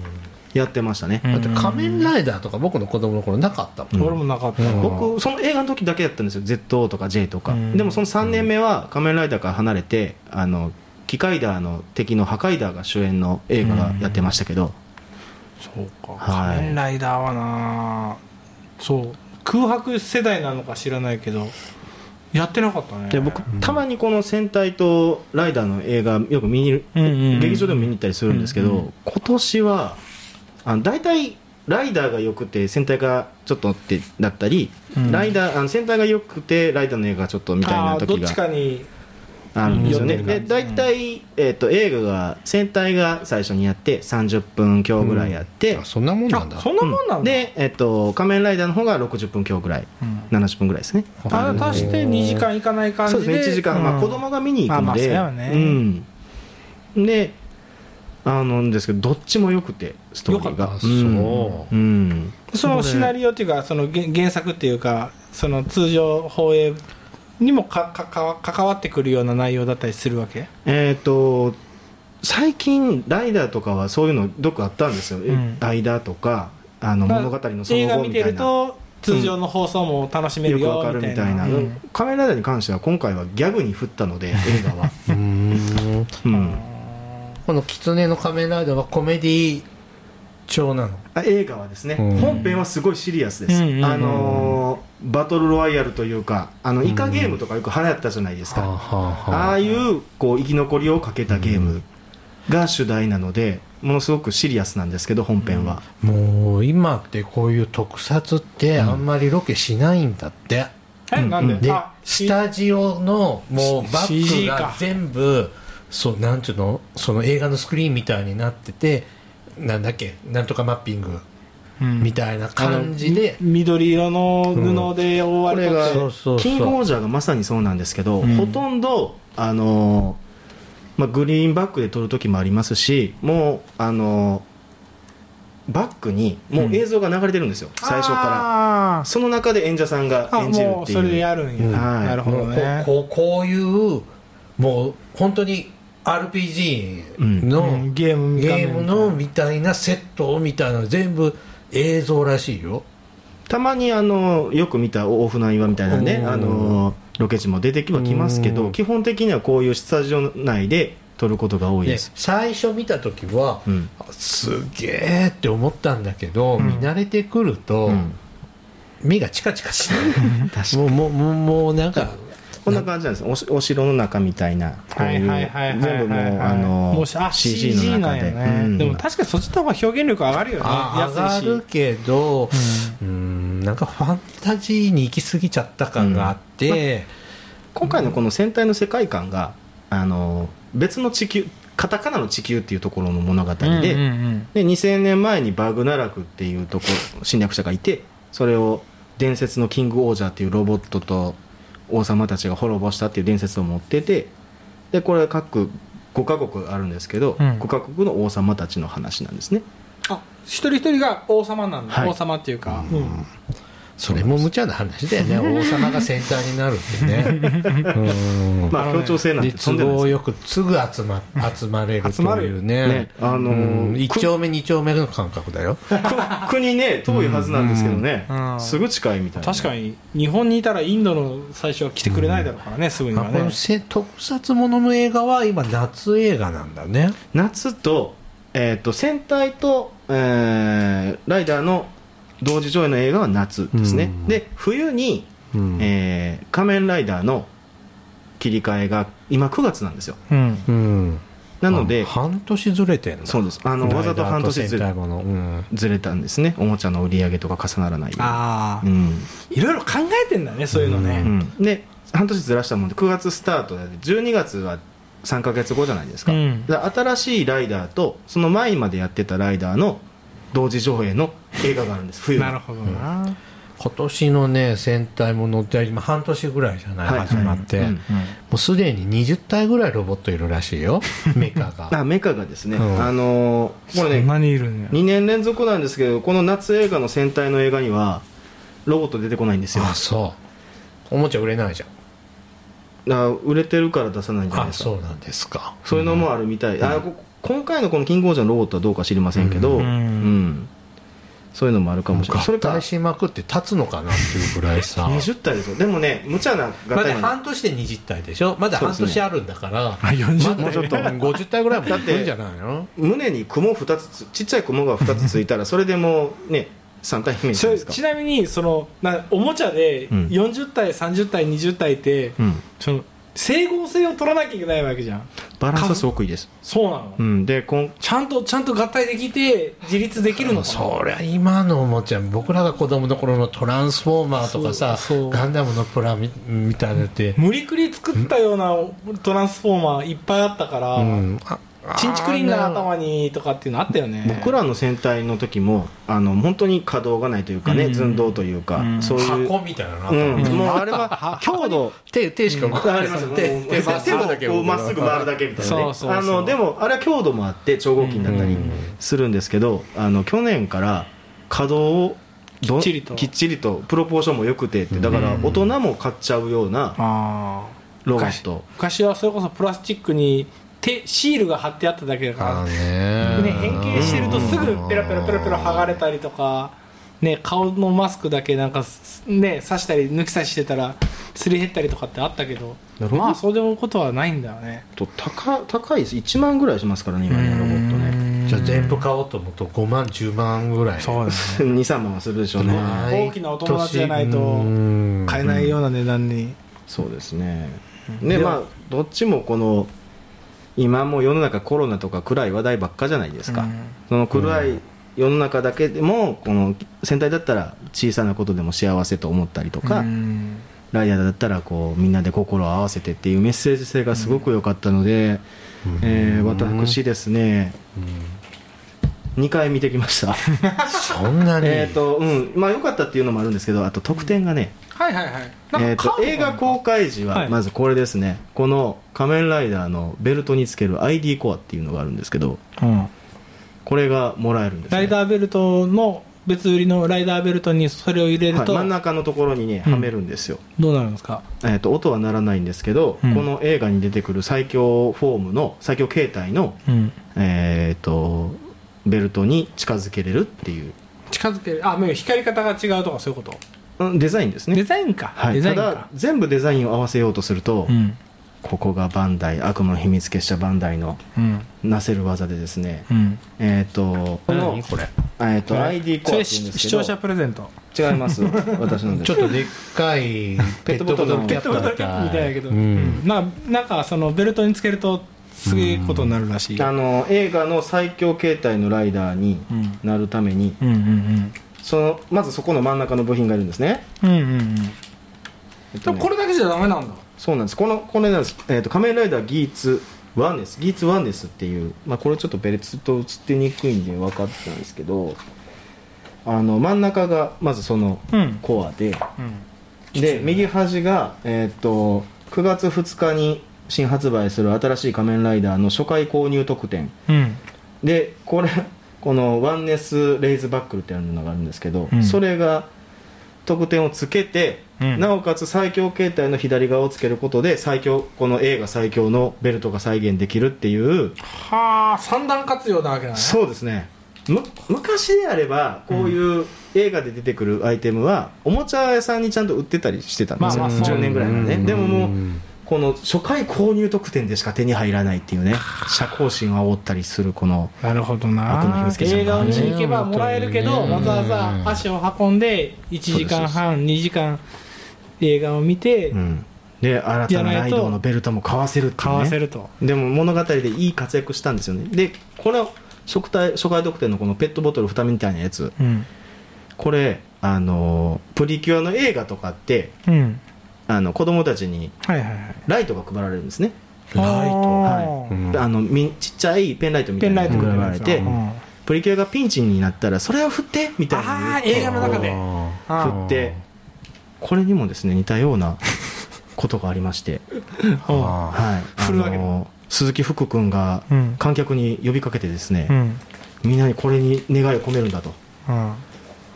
[SPEAKER 1] やってましたね、
[SPEAKER 4] だって仮面ライダーとか僕の子供の頃なかったもん、
[SPEAKER 3] 俺もなかった
[SPEAKER 4] うん
[SPEAKER 1] 僕その映画の時だけだったんですよ ZO とか J とか、
[SPEAKER 3] うん
[SPEAKER 1] でもその3年目は仮面ライダーから離れてあのキカイダーの敵のハカイダーが主演の映画がやってましたけど、
[SPEAKER 3] そうか
[SPEAKER 1] はい
[SPEAKER 3] 仮面ライダーはなそう空白世代なのか知らないけどやってなかったね
[SPEAKER 1] で僕たまにこの戦隊とライダーの映画よく見に、
[SPEAKER 3] うんうんうん
[SPEAKER 1] 劇場でも見に行ったりするんですけど、
[SPEAKER 3] うんう
[SPEAKER 1] 今年はあの大体ライダーがよくて戦隊がちょっとってだったり、
[SPEAKER 3] うん
[SPEAKER 1] ライダーあの戦隊がよくてライダーの映画がちょっとみたい
[SPEAKER 3] あ
[SPEAKER 1] な
[SPEAKER 3] ーど
[SPEAKER 1] 時
[SPEAKER 3] っ
[SPEAKER 1] が
[SPEAKER 3] ちかに
[SPEAKER 1] あるんですよね、
[SPEAKER 3] うん
[SPEAKER 1] で大体、えっと映画が戦隊が最初にやって30分強ぐらいやって、
[SPEAKER 4] あそんなもんなんだ
[SPEAKER 3] あそんなもんなんだ
[SPEAKER 1] で、えっと仮面ライダーの方が60分強ぐらい
[SPEAKER 3] うん
[SPEAKER 1] 70分ぐらいですね
[SPEAKER 3] あ足して2時間いかない感じ
[SPEAKER 1] そ
[SPEAKER 3] で
[SPEAKER 1] うですね1時間、まあ、子供が見に行くので、
[SPEAKER 3] まあまあそうやわ
[SPEAKER 1] うん
[SPEAKER 3] ね、
[SPEAKER 1] であのんですけどどっちもよくてストーリー
[SPEAKER 4] よか
[SPEAKER 1] が
[SPEAKER 4] ったそう
[SPEAKER 1] うん、
[SPEAKER 3] そのシナリオっていうかその原原作っていうかその通常放映にもかかか関わってくるような内容だったりするわけ
[SPEAKER 1] えっ、と最近ライダーとかはそういうのどっかあったんですよ、
[SPEAKER 3] ん
[SPEAKER 1] 間とかあの物語のその
[SPEAKER 3] 映画
[SPEAKER 1] 後
[SPEAKER 3] 見
[SPEAKER 1] みた
[SPEAKER 3] て
[SPEAKER 1] い
[SPEAKER 3] る
[SPEAKER 1] な
[SPEAKER 3] と通常の放送も楽しめ
[SPEAKER 1] よ
[SPEAKER 3] る
[SPEAKER 1] くわ
[SPEAKER 3] よ
[SPEAKER 1] かる
[SPEAKER 3] みた
[SPEAKER 1] み
[SPEAKER 3] い
[SPEAKER 1] たいな
[SPEAKER 3] なうん
[SPEAKER 1] 仮面ライダーに関しては今回はギャグに振ったので映画は、
[SPEAKER 4] うーん
[SPEAKER 1] うん、
[SPEAKER 4] この「狐の仮面ライダー」はコメディ調なの
[SPEAKER 1] あ映画はですね、
[SPEAKER 4] うん
[SPEAKER 1] 本編はすごいシリアスです、
[SPEAKER 3] うんうんうん
[SPEAKER 1] あのーバトルロワイヤルというかあのイカゲームとかよく流行ったじゃないですか、ああいうこう生き残りをかけたゲームが主題なのでものすごくシリアスなんですけど本編は、
[SPEAKER 4] もう今ってこういう特撮ってあんまりロケしないんだって、
[SPEAKER 3] えなんで
[SPEAKER 4] で
[SPEAKER 3] あ
[SPEAKER 4] スタジオのもうバッ
[SPEAKER 3] CG
[SPEAKER 4] グ
[SPEAKER 3] か
[SPEAKER 4] が全部そうなんていうのその映画のスクリーンみたいになっててなんだっけなんとかマッピング
[SPEAKER 3] うん
[SPEAKER 4] みたいな感じで、
[SPEAKER 3] み緑色の布で覆わ
[SPEAKER 1] こ
[SPEAKER 3] れ
[SPEAKER 1] れ
[SPEAKER 3] た、
[SPEAKER 1] が
[SPEAKER 4] そうそうそう
[SPEAKER 1] キングオージャーがまさにそうなんですけど、
[SPEAKER 3] うん
[SPEAKER 1] ほとんどあのーまあ、グリーンバックで撮る時もありますしもうあのーバックにもう映像が流れてるんですよ、最初から
[SPEAKER 3] ら
[SPEAKER 1] その中で演者さんが
[SPEAKER 3] あ
[SPEAKER 1] 演じる
[SPEAKER 3] も
[SPEAKER 1] っ
[SPEAKER 3] う
[SPEAKER 1] て
[SPEAKER 3] それで
[SPEAKER 1] いう
[SPEAKER 3] やるんや、
[SPEAKER 4] うん
[SPEAKER 1] はい
[SPEAKER 3] なるほどね
[SPEAKER 4] こうこうこういうもう本当に RPG の、
[SPEAKER 3] うんゲーム
[SPEAKER 4] ゲ
[SPEAKER 3] 画面
[SPEAKER 4] ームのみたいなセットみたいなの全部映像らしいよ
[SPEAKER 1] たまにあのよく見た大船岩みたいなね
[SPEAKER 4] うん
[SPEAKER 1] あのロケ地も出てきはきますけ
[SPEAKER 4] う
[SPEAKER 1] ど
[SPEAKER 4] ん
[SPEAKER 1] 基本的にはこういうスタジオ内で撮ることが多い
[SPEAKER 4] で
[SPEAKER 1] です、
[SPEAKER 4] 最初見た時は、
[SPEAKER 1] うん
[SPEAKER 4] すげえって思ったんだけど、
[SPEAKER 3] うん
[SPEAKER 4] 見慣れてくると、
[SPEAKER 1] うん、
[SPEAKER 4] 目がチカチカし
[SPEAKER 1] 確か
[SPEAKER 4] て
[SPEAKER 1] に
[SPEAKER 4] もうもうもうもうなんか
[SPEAKER 1] こんな感じなんですおしお城の中みたいなこう
[SPEAKER 3] はいいうはいはいはい
[SPEAKER 1] 全部も
[SPEAKER 3] はいうはい
[SPEAKER 1] あの
[SPEAKER 3] もしあ
[SPEAKER 1] CG の
[SPEAKER 3] CG なん
[SPEAKER 1] 中
[SPEAKER 3] や
[SPEAKER 1] で
[SPEAKER 3] ね、
[SPEAKER 1] うん
[SPEAKER 3] でも確かにそっちの方が表現力上がるよね
[SPEAKER 4] あ
[SPEAKER 3] 安いし
[SPEAKER 4] 上がるけど
[SPEAKER 3] うん
[SPEAKER 4] うんなんかファンタジーに行き過ぎちゃった感があって、
[SPEAKER 1] 今回のこの戦隊の世界観があの別の地球カタカナの地球っていうところの物語で、
[SPEAKER 3] うんうんうん
[SPEAKER 1] で2000年前にバグナラクっていうとこ侵略者がいてそれを伝説のキングオージャーっていうロボットと王様たちが滅ぼしたっていう伝説を持っててでこれ各5カ国あるんですけど、
[SPEAKER 3] うん
[SPEAKER 1] 5カ国の王様たちの話なんですね
[SPEAKER 3] あ一人一人が王様なんだ、
[SPEAKER 1] はい
[SPEAKER 3] 王様っていうか、うん
[SPEAKER 4] それも無茶な話だよね王様が先端になるってねうん
[SPEAKER 1] まあ
[SPEAKER 3] あのね
[SPEAKER 1] 協調性なんてと
[SPEAKER 4] 都
[SPEAKER 1] んでもない
[SPEAKER 4] 合
[SPEAKER 1] で
[SPEAKER 4] よくすぐ集ま集まれる
[SPEAKER 3] 集
[SPEAKER 4] と
[SPEAKER 3] まる
[SPEAKER 4] いうね
[SPEAKER 1] すねあの
[SPEAKER 4] うん
[SPEAKER 1] ー
[SPEAKER 4] 1丁目2丁目の感覚だよ
[SPEAKER 1] く国ね遠いはずなんですけどね、
[SPEAKER 3] うん
[SPEAKER 1] すぐ近いみたいな
[SPEAKER 3] 確かに日本にいたらインドの最初は来てくれないだろうからね、すぐに
[SPEAKER 4] ま
[SPEAKER 3] は
[SPEAKER 4] あこ
[SPEAKER 3] ね
[SPEAKER 4] のせ特撮ものの映画は今夏映画なんだね
[SPEAKER 1] 夏と,、えー、と戦隊と、えーライダーの同時上映の映画は夏ですね、
[SPEAKER 4] うん
[SPEAKER 1] で冬に、
[SPEAKER 4] うん
[SPEAKER 1] えー仮面ライダー」の切り替えが今9月なんですよ
[SPEAKER 3] うん
[SPEAKER 4] うん
[SPEAKER 1] なので
[SPEAKER 4] あ半年ずれてんだ
[SPEAKER 1] そうですあのわざと半年ず
[SPEAKER 4] ずれ
[SPEAKER 1] れ
[SPEAKER 4] もの、うん、
[SPEAKER 1] ずれたんですねおもちゃの売り上げとか重ならないように
[SPEAKER 3] ああ、
[SPEAKER 1] うん
[SPEAKER 3] いろいろ考えてんだねそういうのね、
[SPEAKER 1] うんで半年ずらしたもんで9月スタートで12月は3か月後じゃないですか,、
[SPEAKER 3] うん
[SPEAKER 1] だから新しいライダーとその前までやってたライダーの同時上映の映画があるんです冬
[SPEAKER 3] なるほどな、
[SPEAKER 4] 今年のね戦隊ものって今半年ぐらいじゃない、
[SPEAKER 1] はい
[SPEAKER 4] 始まって、
[SPEAKER 1] うん
[SPEAKER 4] もうすでに20体ぐらいロボットいるらしい よメカが
[SPEAKER 1] あメカがですね、
[SPEAKER 4] うん
[SPEAKER 1] あのーこれ
[SPEAKER 3] そん
[SPEAKER 1] ね
[SPEAKER 3] なにいるんや
[SPEAKER 1] 2年連続なんですけどこの夏映画の戦隊の映画にはロボット出てこないんですよ
[SPEAKER 4] あそうおもちゃ売れないじゃん
[SPEAKER 1] だから売れてるから出さないんじゃない
[SPEAKER 4] あ
[SPEAKER 1] ですか
[SPEAKER 4] そうなんですか
[SPEAKER 1] そういうのもあるみたい、あこ今回のこの「キングオージャー」のロボットはどうか知りませんけど、
[SPEAKER 3] うん
[SPEAKER 1] うんそういうのもあるかもしれないそ
[SPEAKER 4] 合
[SPEAKER 1] れか
[SPEAKER 4] 体しまくって立つのかなっていうぐらい さ
[SPEAKER 1] 20体ですよでもね無茶な合
[SPEAKER 4] まだ
[SPEAKER 1] 体なん
[SPEAKER 4] 半年で20体でしょまだ
[SPEAKER 1] そう
[SPEAKER 4] 半
[SPEAKER 1] ですね
[SPEAKER 4] 年あるんだから、
[SPEAKER 3] 40
[SPEAKER 1] もうちょっと
[SPEAKER 4] 50体ぐらいもいくんじゃないの
[SPEAKER 1] 胸に雲2つつちっちゃい雲が2つついたらそれでもうね3体目じゃ
[SPEAKER 3] そ
[SPEAKER 1] ないで
[SPEAKER 3] れ
[SPEAKER 1] すか
[SPEAKER 3] ちなみにそのなおもちゃで
[SPEAKER 1] うん
[SPEAKER 3] 40体、30体、20体って、
[SPEAKER 1] うん
[SPEAKER 3] その整合性を取らなきゃいけないわけじゃん
[SPEAKER 1] バランスはすごくいいです、
[SPEAKER 3] そうなの、
[SPEAKER 1] うん、でこん
[SPEAKER 3] ちゃんとちゃんと合体できて自立できるのかな
[SPEAKER 4] そりゃ今のおもちゃ僕らが子供の頃のトランスフォーマーとかさ
[SPEAKER 3] そうそう
[SPEAKER 4] ガンダムのプラみみたいなって、
[SPEAKER 3] 無理くり作ったようなトランスフォーマーいっぱいあったから、
[SPEAKER 4] うん、あ
[SPEAKER 3] チンチクリンな頭にとかっていうのあったよね
[SPEAKER 1] 僕らの戦隊の時もあの本当に稼働がないというかね、
[SPEAKER 3] うん
[SPEAKER 1] 寸胴というか、
[SPEAKER 3] うん
[SPEAKER 1] そういう、
[SPEAKER 4] 箱みたいなのあった
[SPEAKER 1] う
[SPEAKER 4] の
[SPEAKER 1] ん、
[SPEAKER 3] うん
[SPEAKER 1] もうあれは強度
[SPEAKER 4] 手手しか動か
[SPEAKER 1] あ
[SPEAKER 4] な
[SPEAKER 1] り
[SPEAKER 4] い
[SPEAKER 1] ますよ
[SPEAKER 4] 手手まっすぐだけ
[SPEAKER 1] 手をこうまっすぐ回るだけみたいなね
[SPEAKER 3] そうそうそう
[SPEAKER 1] あのでもあれは強度もあって超合金だったり
[SPEAKER 4] うん
[SPEAKER 1] するんですけどあの去年から稼働をど
[SPEAKER 3] きっちりと
[SPEAKER 1] きっちりとプロポーションも良くてってだから
[SPEAKER 4] うん
[SPEAKER 1] 大人も買っちゃうような
[SPEAKER 3] あ
[SPEAKER 1] ロボット
[SPEAKER 3] 昔はそれこそプラスチックに手シールが貼ってあっただけだ
[SPEAKER 4] あ
[SPEAKER 3] か
[SPEAKER 4] ー
[SPEAKER 3] ら、ね、
[SPEAKER 4] ね
[SPEAKER 3] 変形してるとすぐペラペラペラペラ剥がれたりとか、ね、顔のマスクだけなんか、ね、刺したり抜き差ししてたらすり減ったりとかってあったけど
[SPEAKER 1] なるほど
[SPEAKER 3] まあそういうことはないんだよね
[SPEAKER 1] と高高いです1万ぐらいしますからね今ねロボットね
[SPEAKER 4] じゃあ全部買おうと思うと5万10万ぐらい
[SPEAKER 3] そうですね
[SPEAKER 1] 23万はするでしょうね
[SPEAKER 4] 毎年
[SPEAKER 3] 大きなお友達じゃないと
[SPEAKER 4] うん
[SPEAKER 3] 買えないような値段に、
[SPEAKER 1] そうですねでまあどっちもこの今もう世の中コロナとか暗い話題ばっかじゃないですか、
[SPEAKER 3] うん
[SPEAKER 1] その暗い世の中だけでもこの戦隊だったら小さなことでも幸せと思ったりとか、
[SPEAKER 3] うん
[SPEAKER 1] ライダーだったらこうみんなで心を合わせてっていうメッセージ性がすごく良かったので、えー私ですね、2回見てきました。
[SPEAKER 4] そんなに
[SPEAKER 1] えっと、うん、まあ良かったっていうのもあるんですけど、あと特典がね、
[SPEAKER 3] はいはいはい
[SPEAKER 1] え
[SPEAKER 3] な
[SPEAKER 1] っ
[SPEAKER 3] んか
[SPEAKER 1] と
[SPEAKER 3] カード
[SPEAKER 1] 映画公開時
[SPEAKER 3] は
[SPEAKER 1] はいまずこれですね、この仮面ライダーのベルトにつける ID コアっていうのがあるんですけど、
[SPEAKER 3] うん
[SPEAKER 1] これがもらえるんです、ね。
[SPEAKER 3] ライダーベルトの別売りのライダーベルトにそれを入れる
[SPEAKER 1] はい
[SPEAKER 3] と
[SPEAKER 1] 真ん中のところにね、
[SPEAKER 3] うん
[SPEAKER 1] はめるんですよ。
[SPEAKER 3] どうなるんですか
[SPEAKER 1] えー、と音は鳴らないんですけど、
[SPEAKER 3] うん
[SPEAKER 1] この映画に出てくる最強フォームの最強形態の、
[SPEAKER 3] うん
[SPEAKER 1] えー、とベルトに近づけれるっていう、
[SPEAKER 3] 近づけるあもう光り方が違うとかそういうこと
[SPEAKER 1] うん、デザインです
[SPEAKER 3] デ
[SPEAKER 1] ね、
[SPEAKER 3] ザインか、
[SPEAKER 1] は
[SPEAKER 3] デ
[SPEAKER 1] い、
[SPEAKER 3] ザイ
[SPEAKER 1] た
[SPEAKER 3] ンか
[SPEAKER 1] だ全部デザインを合わせようとすると、
[SPEAKER 3] うん
[SPEAKER 1] ここがバンダイ悪魔の秘密結社バンダイの
[SPEAKER 3] うん
[SPEAKER 1] なせる技でですね、
[SPEAKER 3] うん
[SPEAKER 1] えっ、とこの
[SPEAKER 4] 何、これ
[SPEAKER 1] えー、と ID コ
[SPEAKER 3] そ
[SPEAKER 1] ア
[SPEAKER 3] れ
[SPEAKER 1] っていうんで
[SPEAKER 3] し視
[SPEAKER 1] す
[SPEAKER 3] 聴
[SPEAKER 1] け
[SPEAKER 3] 者
[SPEAKER 1] ど
[SPEAKER 3] プレゼント
[SPEAKER 1] 違います私のです
[SPEAKER 4] ちょっとでっかいペットボトルキャップみ
[SPEAKER 3] ペットボトルキャ
[SPEAKER 4] た
[SPEAKER 3] ップ
[SPEAKER 4] い
[SPEAKER 3] みたいだけど
[SPEAKER 4] うん
[SPEAKER 3] なんかなんかそのベルトにつけるとすげえことになるらしい、
[SPEAKER 1] あの映画の最強形態のライダーに
[SPEAKER 3] うん
[SPEAKER 1] なるために、
[SPEAKER 3] うんうん
[SPEAKER 1] そのまずそこの真ん中の部品がいるんですね,、
[SPEAKER 3] うんうんうんうん
[SPEAKER 1] えっと
[SPEAKER 3] で
[SPEAKER 1] ね
[SPEAKER 3] もこれだけじゃダメなんだ
[SPEAKER 1] そうなんですこのこれなんです、えー、と仮面ライダーギーツワンですギーツワンですっていう、まあ、これちょっとベルト映ってにくいんで分かってたんですけどあの真ん中がまずその
[SPEAKER 3] うん
[SPEAKER 1] コアで、
[SPEAKER 3] うん
[SPEAKER 1] で右端が、えー、と9月2日に新発売する新しい仮面ライダーの初回購入特典
[SPEAKER 3] うん
[SPEAKER 1] でこれこのワンネスレイズバックルっていうのがあるんですけど、
[SPEAKER 3] うん
[SPEAKER 1] それが得点をつけて、
[SPEAKER 3] うん
[SPEAKER 1] なおかつ最強形態の左側をつけることで最強この映画最強のベルトが再現できるっていう
[SPEAKER 3] はあ三段活用なわけだね
[SPEAKER 1] そうですねむ昔であればこういう映画で出てくるアイテムは、おもちゃ屋さんにちゃんと売ってたりしてたんですよ、
[SPEAKER 3] まあまあそう
[SPEAKER 1] 10年ぐらいのね、
[SPEAKER 4] うん
[SPEAKER 1] でももうこの初回購入特典でしか手に入らないっていうね社交心を煽ったりするこの
[SPEAKER 3] なるほど
[SPEAKER 1] 悪の秘
[SPEAKER 3] な
[SPEAKER 1] 密基地
[SPEAKER 3] 映画を見
[SPEAKER 4] ね
[SPEAKER 3] に行けばもらえるけど、
[SPEAKER 4] うん
[SPEAKER 3] わざわざ足を運んで1時間半2時間映画を見て
[SPEAKER 1] うん、で新たなライドのベルトも買わせるって
[SPEAKER 3] 買わせ
[SPEAKER 1] いう、ね、
[SPEAKER 3] ると、
[SPEAKER 1] でも物語でいい活躍したんですよねでこの食体初回特典のこのペットボトル蓋みたいなやつ
[SPEAKER 3] うん
[SPEAKER 1] これあのープリキュアの映画とかって
[SPEAKER 3] うん、
[SPEAKER 1] あの子供たちに
[SPEAKER 3] はいはいはい
[SPEAKER 1] ライトが配られるんですね、
[SPEAKER 4] ライト
[SPEAKER 3] は
[SPEAKER 4] う
[SPEAKER 3] い
[SPEAKER 4] ん
[SPEAKER 1] あのみちっちゃいペンライトみた
[SPEAKER 3] ペ
[SPEAKER 1] い
[SPEAKER 3] ン
[SPEAKER 1] な
[SPEAKER 3] ラ
[SPEAKER 1] や
[SPEAKER 3] イ
[SPEAKER 1] つ
[SPEAKER 3] ト
[SPEAKER 1] が
[SPEAKER 3] ぐ
[SPEAKER 1] 配
[SPEAKER 3] ら
[SPEAKER 1] ら
[SPEAKER 3] い
[SPEAKER 1] れて、
[SPEAKER 3] あ
[SPEAKER 1] プリキュアがピンチになったらそれを振ってみたいな
[SPEAKER 3] あー
[SPEAKER 1] 言う
[SPEAKER 3] 映画の中で
[SPEAKER 1] と
[SPEAKER 3] あ
[SPEAKER 1] 振ってこれにもですね似たようなことがありまして
[SPEAKER 3] あ
[SPEAKER 4] あ
[SPEAKER 1] はい、
[SPEAKER 3] 振るわけだ
[SPEAKER 1] あの鈴木福君が
[SPEAKER 3] うん
[SPEAKER 1] 観客に呼びかけてです
[SPEAKER 3] う
[SPEAKER 1] ね、
[SPEAKER 3] ん
[SPEAKER 1] みんなにこれに願いを込めるんだと
[SPEAKER 3] うん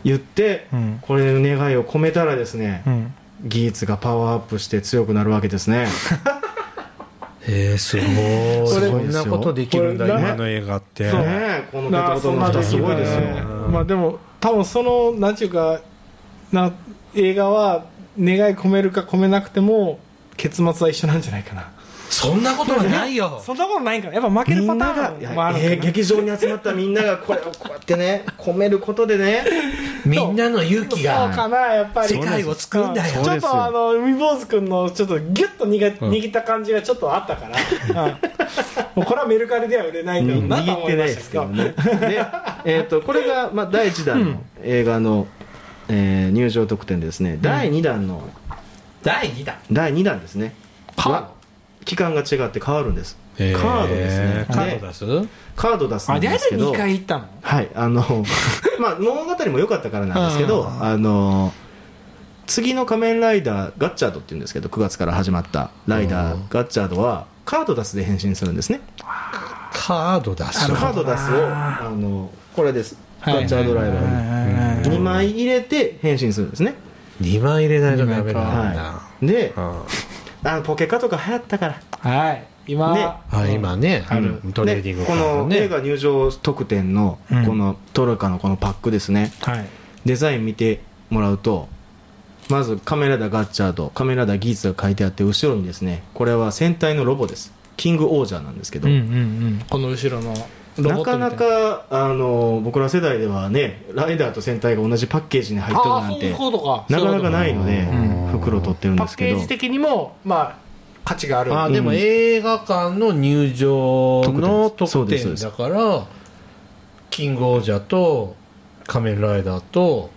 [SPEAKER 1] 言って、
[SPEAKER 3] うん
[SPEAKER 1] これの願いを込めたらですね、
[SPEAKER 3] うん
[SPEAKER 1] ギーツがパワーアップして強くなるわけです ね
[SPEAKER 4] へえすごい
[SPEAKER 1] それ
[SPEAKER 4] そんなことできるんだ
[SPEAKER 3] これ
[SPEAKER 4] 今
[SPEAKER 3] な
[SPEAKER 4] の映画って
[SPEAKER 1] ねえこのペットボトルの
[SPEAKER 3] まあ
[SPEAKER 1] 蓋
[SPEAKER 3] です
[SPEAKER 1] ごいですよ、
[SPEAKER 4] ね
[SPEAKER 3] まあでも多分その何ていうかな映画は願い込めるか込めなくても結末は一緒なんじゃないかな
[SPEAKER 4] そんなことはないよ
[SPEAKER 3] そんなことないんかなやっぱ負け
[SPEAKER 1] み
[SPEAKER 3] る
[SPEAKER 1] ん
[SPEAKER 3] パ
[SPEAKER 1] な
[SPEAKER 3] タ
[SPEAKER 1] が、い
[SPEAKER 3] ー
[SPEAKER 1] や
[SPEAKER 3] ンもあるん
[SPEAKER 1] え
[SPEAKER 3] か
[SPEAKER 1] ー
[SPEAKER 3] な
[SPEAKER 1] 劇場に集まったみんながこれをこうやってね込めることでね
[SPEAKER 4] みんなの勇気
[SPEAKER 3] そう
[SPEAKER 4] が
[SPEAKER 3] かなやっぱり
[SPEAKER 4] 世界を作るんだよ
[SPEAKER 3] ちょっとあの海坊主君のちょっとギュッと握っ
[SPEAKER 4] うん
[SPEAKER 3] 握った感じがちょっとあっ たから、うんもうこれはメルカリでは売れないんだろうなと
[SPEAKER 1] 握っ
[SPEAKER 3] 思い
[SPEAKER 1] てな
[SPEAKER 3] ま
[SPEAKER 1] い
[SPEAKER 3] し
[SPEAKER 1] で
[SPEAKER 3] た
[SPEAKER 1] す
[SPEAKER 3] け
[SPEAKER 1] けど
[SPEAKER 3] ど
[SPEAKER 1] ねで、えー、とこれが、まあ、第1弾の映画の、えー入場特典でですね、第2弾の
[SPEAKER 4] 第2弾
[SPEAKER 1] 第2弾ですね
[SPEAKER 4] カード
[SPEAKER 1] は期間が違って変わるんですカードですね
[SPEAKER 4] カード出す
[SPEAKER 1] カード出す
[SPEAKER 3] あ
[SPEAKER 1] ん
[SPEAKER 3] で
[SPEAKER 1] ですけど
[SPEAKER 3] 2回行ったの
[SPEAKER 1] はいあ のまあ物語も良かったからなんですけど
[SPEAKER 3] うん
[SPEAKER 1] あの次の仮面ライダーガッチャードって言うんですけど9月から始まったライダ
[SPEAKER 4] う
[SPEAKER 1] ーガッチャードはカード出すで変身するんですね
[SPEAKER 4] カード出
[SPEAKER 1] カ
[SPEAKER 4] す
[SPEAKER 1] ード出すをあのこれですガッチャードライダー
[SPEAKER 4] うん
[SPEAKER 1] 2枚入れて変身するんですね
[SPEAKER 4] 2枚入れないとダメなんだ
[SPEAKER 1] はいで
[SPEAKER 4] うん
[SPEAKER 1] あのポケカとか流行ったから
[SPEAKER 3] はい今、
[SPEAKER 1] ね
[SPEAKER 4] あ今ね
[SPEAKER 1] ある
[SPEAKER 4] うんトレーディングカード
[SPEAKER 1] この映
[SPEAKER 4] ね
[SPEAKER 1] 画入場特典の
[SPEAKER 3] うん
[SPEAKER 1] このトルカのこのパックですね、
[SPEAKER 3] はい
[SPEAKER 1] デザイン見てもらうとまずカメラだガッチャードカメラだギーツが書いてあって後ろにですねこれは戦隊のロボですキングオージャーなんですけど、
[SPEAKER 3] うんこの後ろのロ
[SPEAKER 1] な
[SPEAKER 3] ボット
[SPEAKER 1] か
[SPEAKER 3] みたい
[SPEAKER 1] なかあの僕ら世代ではねライダーと戦隊が同じパッケージに入っとる
[SPEAKER 3] ああ
[SPEAKER 1] な
[SPEAKER 3] そ
[SPEAKER 1] ん
[SPEAKER 3] うい
[SPEAKER 1] て
[SPEAKER 3] うことか
[SPEAKER 1] なかなか
[SPEAKER 3] い
[SPEAKER 1] ないので
[SPEAKER 4] うん
[SPEAKER 1] 袋取ってるん
[SPEAKER 3] パ
[SPEAKER 1] で
[SPEAKER 3] ッ
[SPEAKER 1] すけ
[SPEAKER 3] ケ
[SPEAKER 1] ど
[SPEAKER 3] ージ的にもまあ価値がある
[SPEAKER 4] あーでも
[SPEAKER 1] うん
[SPEAKER 4] 映画館の入場の
[SPEAKER 1] そう
[SPEAKER 4] 特
[SPEAKER 1] ですそう
[SPEAKER 4] 典
[SPEAKER 1] です
[SPEAKER 4] だからキングオージャーと仮面ライダーと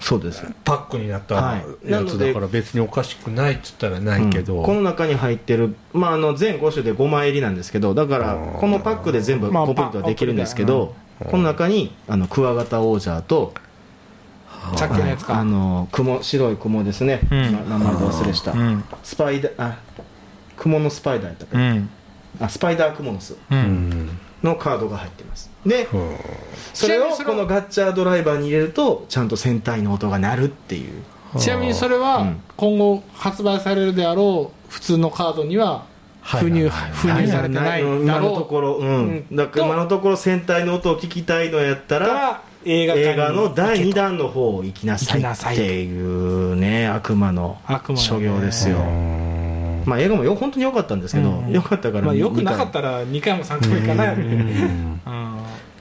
[SPEAKER 1] そうです
[SPEAKER 4] パックになった
[SPEAKER 1] はい
[SPEAKER 4] やつだから別におかしくないっつったらないけ
[SPEAKER 1] う
[SPEAKER 4] ど、
[SPEAKER 1] んこの中に入ってる、まあ、あの全5種で5枚入りなんですけどだから
[SPEAKER 4] うん
[SPEAKER 1] このパックで全部
[SPEAKER 3] まあ
[SPEAKER 1] コンプリートはできるんですけど、
[SPEAKER 4] パックでうん
[SPEAKER 1] この中にあのクワガタ王者と
[SPEAKER 3] さっきのやつ
[SPEAKER 1] あ
[SPEAKER 3] か
[SPEAKER 1] の雲白い雲ですね、
[SPEAKER 3] うん
[SPEAKER 1] な名前ど忘れした、
[SPEAKER 3] うん
[SPEAKER 1] スパイダーあ雲のスパイダーやったか
[SPEAKER 3] うん
[SPEAKER 1] あスパイダークモの巣
[SPEAKER 3] う
[SPEAKER 4] うんん
[SPEAKER 1] のカードが入ってますで
[SPEAKER 4] うん
[SPEAKER 1] それ
[SPEAKER 3] ちなみ
[SPEAKER 1] を
[SPEAKER 3] にそれ
[SPEAKER 1] こ
[SPEAKER 3] は
[SPEAKER 1] のガッチャードライバーに入れるとちゃんと戦隊の音が鳴るっていう
[SPEAKER 3] ちなみにそれ
[SPEAKER 1] う
[SPEAKER 3] は
[SPEAKER 1] ん
[SPEAKER 3] 今後発売されるであろう普通のカードには
[SPEAKER 4] はい
[SPEAKER 3] 封入
[SPEAKER 4] はい
[SPEAKER 3] 封入されてない
[SPEAKER 1] うん
[SPEAKER 3] だ
[SPEAKER 1] 今
[SPEAKER 3] ろ
[SPEAKER 1] の
[SPEAKER 3] う
[SPEAKER 1] ところうん、
[SPEAKER 3] うん
[SPEAKER 1] だから
[SPEAKER 3] と
[SPEAKER 1] 今のところ戦隊の音を聞きたいのやった
[SPEAKER 3] だからら映画館に
[SPEAKER 1] 映画の第2弾の方を行きなさいっていうね悪魔の
[SPEAKER 3] 悪魔のね
[SPEAKER 1] 所業ですよ、
[SPEAKER 4] うん
[SPEAKER 1] まあ映画もよ本当に良かったんですけど、
[SPEAKER 3] うん
[SPEAKER 1] 良かったから、
[SPEAKER 3] まあ、よくな
[SPEAKER 1] 見
[SPEAKER 3] か
[SPEAKER 1] た
[SPEAKER 3] ったら2回も3回もいかないよ
[SPEAKER 4] う
[SPEAKER 3] ね
[SPEAKER 4] ん
[SPEAKER 3] うん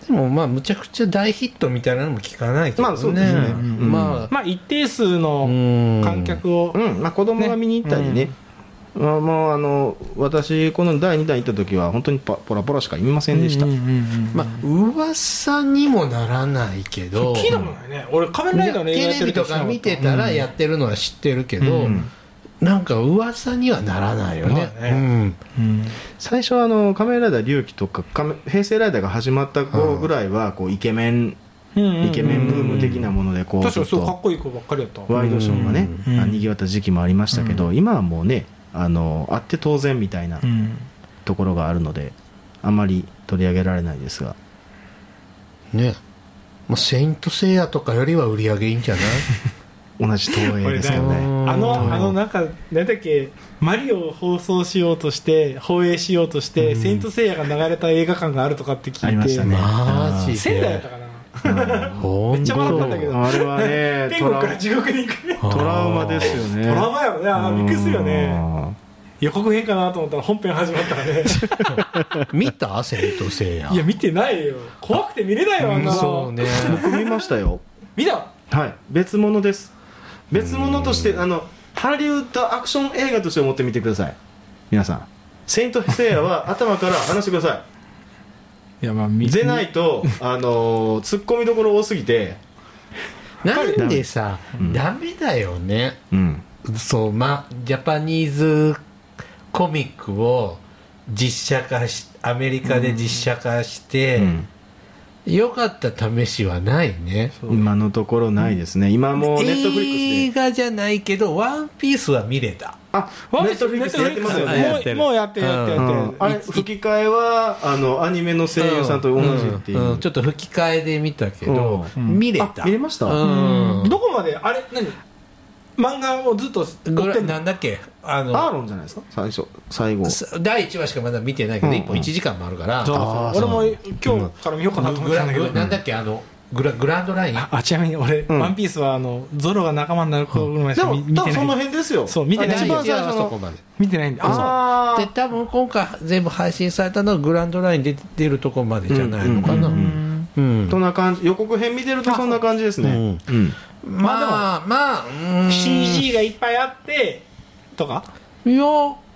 [SPEAKER 4] でもまあむちゃくちゃ大ヒットみたいなのも聞かないけどね,、
[SPEAKER 1] まあそうですねうん
[SPEAKER 4] まあ
[SPEAKER 3] まあ一定数の観客を
[SPEAKER 1] うんまあ、子供が見に行ったりねまあ、もうあの私この第2弾行った時は本当にパポラポラしか見ませんでした、
[SPEAKER 3] うんうんうん
[SPEAKER 4] まあ噂にもならないけど
[SPEAKER 3] 聞いたことないね俺仮面ライダーの映画やっ
[SPEAKER 4] テレ
[SPEAKER 3] てる
[SPEAKER 4] ビとか見てたらやってるのは知ってるけど、
[SPEAKER 3] うん
[SPEAKER 4] なんか噂にはならないよね,、
[SPEAKER 3] まあねうん
[SPEAKER 1] 最初はあの仮面ライダー龍騎とか仮面平成ライダーが始まった頃ぐらいはこうイケメン、
[SPEAKER 3] うん
[SPEAKER 1] イケメンブーム的なものでこう
[SPEAKER 3] 確かに
[SPEAKER 1] ち
[SPEAKER 3] そ
[SPEAKER 1] ょ
[SPEAKER 3] う
[SPEAKER 1] っ
[SPEAKER 3] か
[SPEAKER 1] と
[SPEAKER 3] っこいい子ばっかりやった
[SPEAKER 1] ワイドショーがね、
[SPEAKER 3] うん
[SPEAKER 1] あにぎわった時期もありましたけど、
[SPEAKER 3] う
[SPEAKER 1] 今はもうねあのあって当然みたいな
[SPEAKER 3] うん
[SPEAKER 1] ところがあるので、あまり取り上げられないですが
[SPEAKER 4] うんねまあ、セイント・セイヤとかよりは売り上げいいんじゃない
[SPEAKER 1] 同じ東映ですけどね
[SPEAKER 3] あ
[SPEAKER 4] うん
[SPEAKER 3] のあのなんかなんだっけマリオを放送しようとして放映しようとして「セイント・セイヤ」が流れた映画館があるとかって
[SPEAKER 1] あり
[SPEAKER 3] 聞い
[SPEAKER 1] ましたね
[SPEAKER 3] て
[SPEAKER 4] マジで
[SPEAKER 3] 仙台やったかな
[SPEAKER 4] ほ
[SPEAKER 3] めっちゃ笑ったんだけど
[SPEAKER 1] あれはね
[SPEAKER 3] 天
[SPEAKER 1] ト
[SPEAKER 3] 国
[SPEAKER 1] ラ
[SPEAKER 3] から地獄に行くね
[SPEAKER 1] トラウマですよね
[SPEAKER 3] トラウマやろねあーびっくりするよね
[SPEAKER 1] ね
[SPEAKER 3] 予告編かなと思ったら本編始まったから ね
[SPEAKER 4] 見たセイント・セイヤ
[SPEAKER 3] いや見てないよ怖くて見れないよあんな
[SPEAKER 4] うん
[SPEAKER 3] の
[SPEAKER 4] そうね
[SPEAKER 1] 僕見ましたよ
[SPEAKER 3] 見た
[SPEAKER 1] はい別物です別物としてあのハリウッドアクション映画として思ってみてください皆さん「セイント・セイヤ」は頭から話してくださ
[SPEAKER 3] いやまあ
[SPEAKER 1] い
[SPEAKER 3] 見
[SPEAKER 1] でないとあのー突っ込みどころ多すぎて
[SPEAKER 4] なんでさ
[SPEAKER 1] うん
[SPEAKER 4] ダメだよね
[SPEAKER 1] うん
[SPEAKER 4] そうまジャパニーズコミックを実写化しアメリカで実写化して、良かった試しはないね
[SPEAKER 1] 今のところないですね今もうネットフリッ
[SPEAKER 4] 映
[SPEAKER 1] クスで
[SPEAKER 4] 画じゃないけど「ワンピースは見れた
[SPEAKER 1] あネットフリックスでやってますよ
[SPEAKER 4] ネットフリック
[SPEAKER 1] ね
[SPEAKER 4] スでやってる
[SPEAKER 3] もうもうやってるやってる
[SPEAKER 1] う
[SPEAKER 3] やってる
[SPEAKER 1] んあれ吹き替えはあのアニメの声優さんと同じっていう、
[SPEAKER 4] んんちょっと吹き替えで見たけど、
[SPEAKER 3] うん
[SPEAKER 4] 見れ
[SPEAKER 1] あ
[SPEAKER 4] た
[SPEAKER 1] 見れました
[SPEAKER 4] うん
[SPEAKER 3] どこまであれ何漫画をずっと
[SPEAKER 4] ぐ
[SPEAKER 3] 追っ
[SPEAKER 4] ら
[SPEAKER 3] て
[SPEAKER 4] い
[SPEAKER 3] んの
[SPEAKER 4] なんだっけあの
[SPEAKER 1] アーロンじゃないですか最初最後
[SPEAKER 4] さ第1話しかまだ見てないけど、
[SPEAKER 1] うん
[SPEAKER 4] 一本1時間もあるから
[SPEAKER 3] そう
[SPEAKER 1] あー
[SPEAKER 3] そ
[SPEAKER 1] そ
[SPEAKER 3] う
[SPEAKER 1] う
[SPEAKER 3] 俺も今日から見ようかなと思っ
[SPEAKER 4] グ
[SPEAKER 3] てた
[SPEAKER 4] ラ
[SPEAKER 3] んだけど
[SPEAKER 4] グなんだっけあのグラグランドライン
[SPEAKER 3] あちなみに俺、
[SPEAKER 1] ん
[SPEAKER 3] ワンピースはあのゾロが仲間になる頃ぐらいし
[SPEAKER 1] で
[SPEAKER 3] か
[SPEAKER 1] も
[SPEAKER 3] 見見
[SPEAKER 1] 多
[SPEAKER 3] て
[SPEAKER 1] 分その
[SPEAKER 3] ない
[SPEAKER 1] 辺ですよ
[SPEAKER 3] そう見てない
[SPEAKER 1] あ一番最
[SPEAKER 4] いや
[SPEAKER 1] 初
[SPEAKER 4] そこ
[SPEAKER 1] の
[SPEAKER 4] まで
[SPEAKER 3] 見てないんだあ
[SPEAKER 1] あ
[SPEAKER 4] で
[SPEAKER 1] ー
[SPEAKER 4] 多分今回全部配信されたのはグランドラインで出るとこまでじゃないのかな
[SPEAKER 1] うんうんうん
[SPEAKER 4] うん
[SPEAKER 1] そんな感じ予告編見てるとそんな感じですねうん
[SPEAKER 4] まあまあう
[SPEAKER 3] そ
[SPEAKER 4] ん
[SPEAKER 3] う CG がいっぱいあってとか
[SPEAKER 4] いや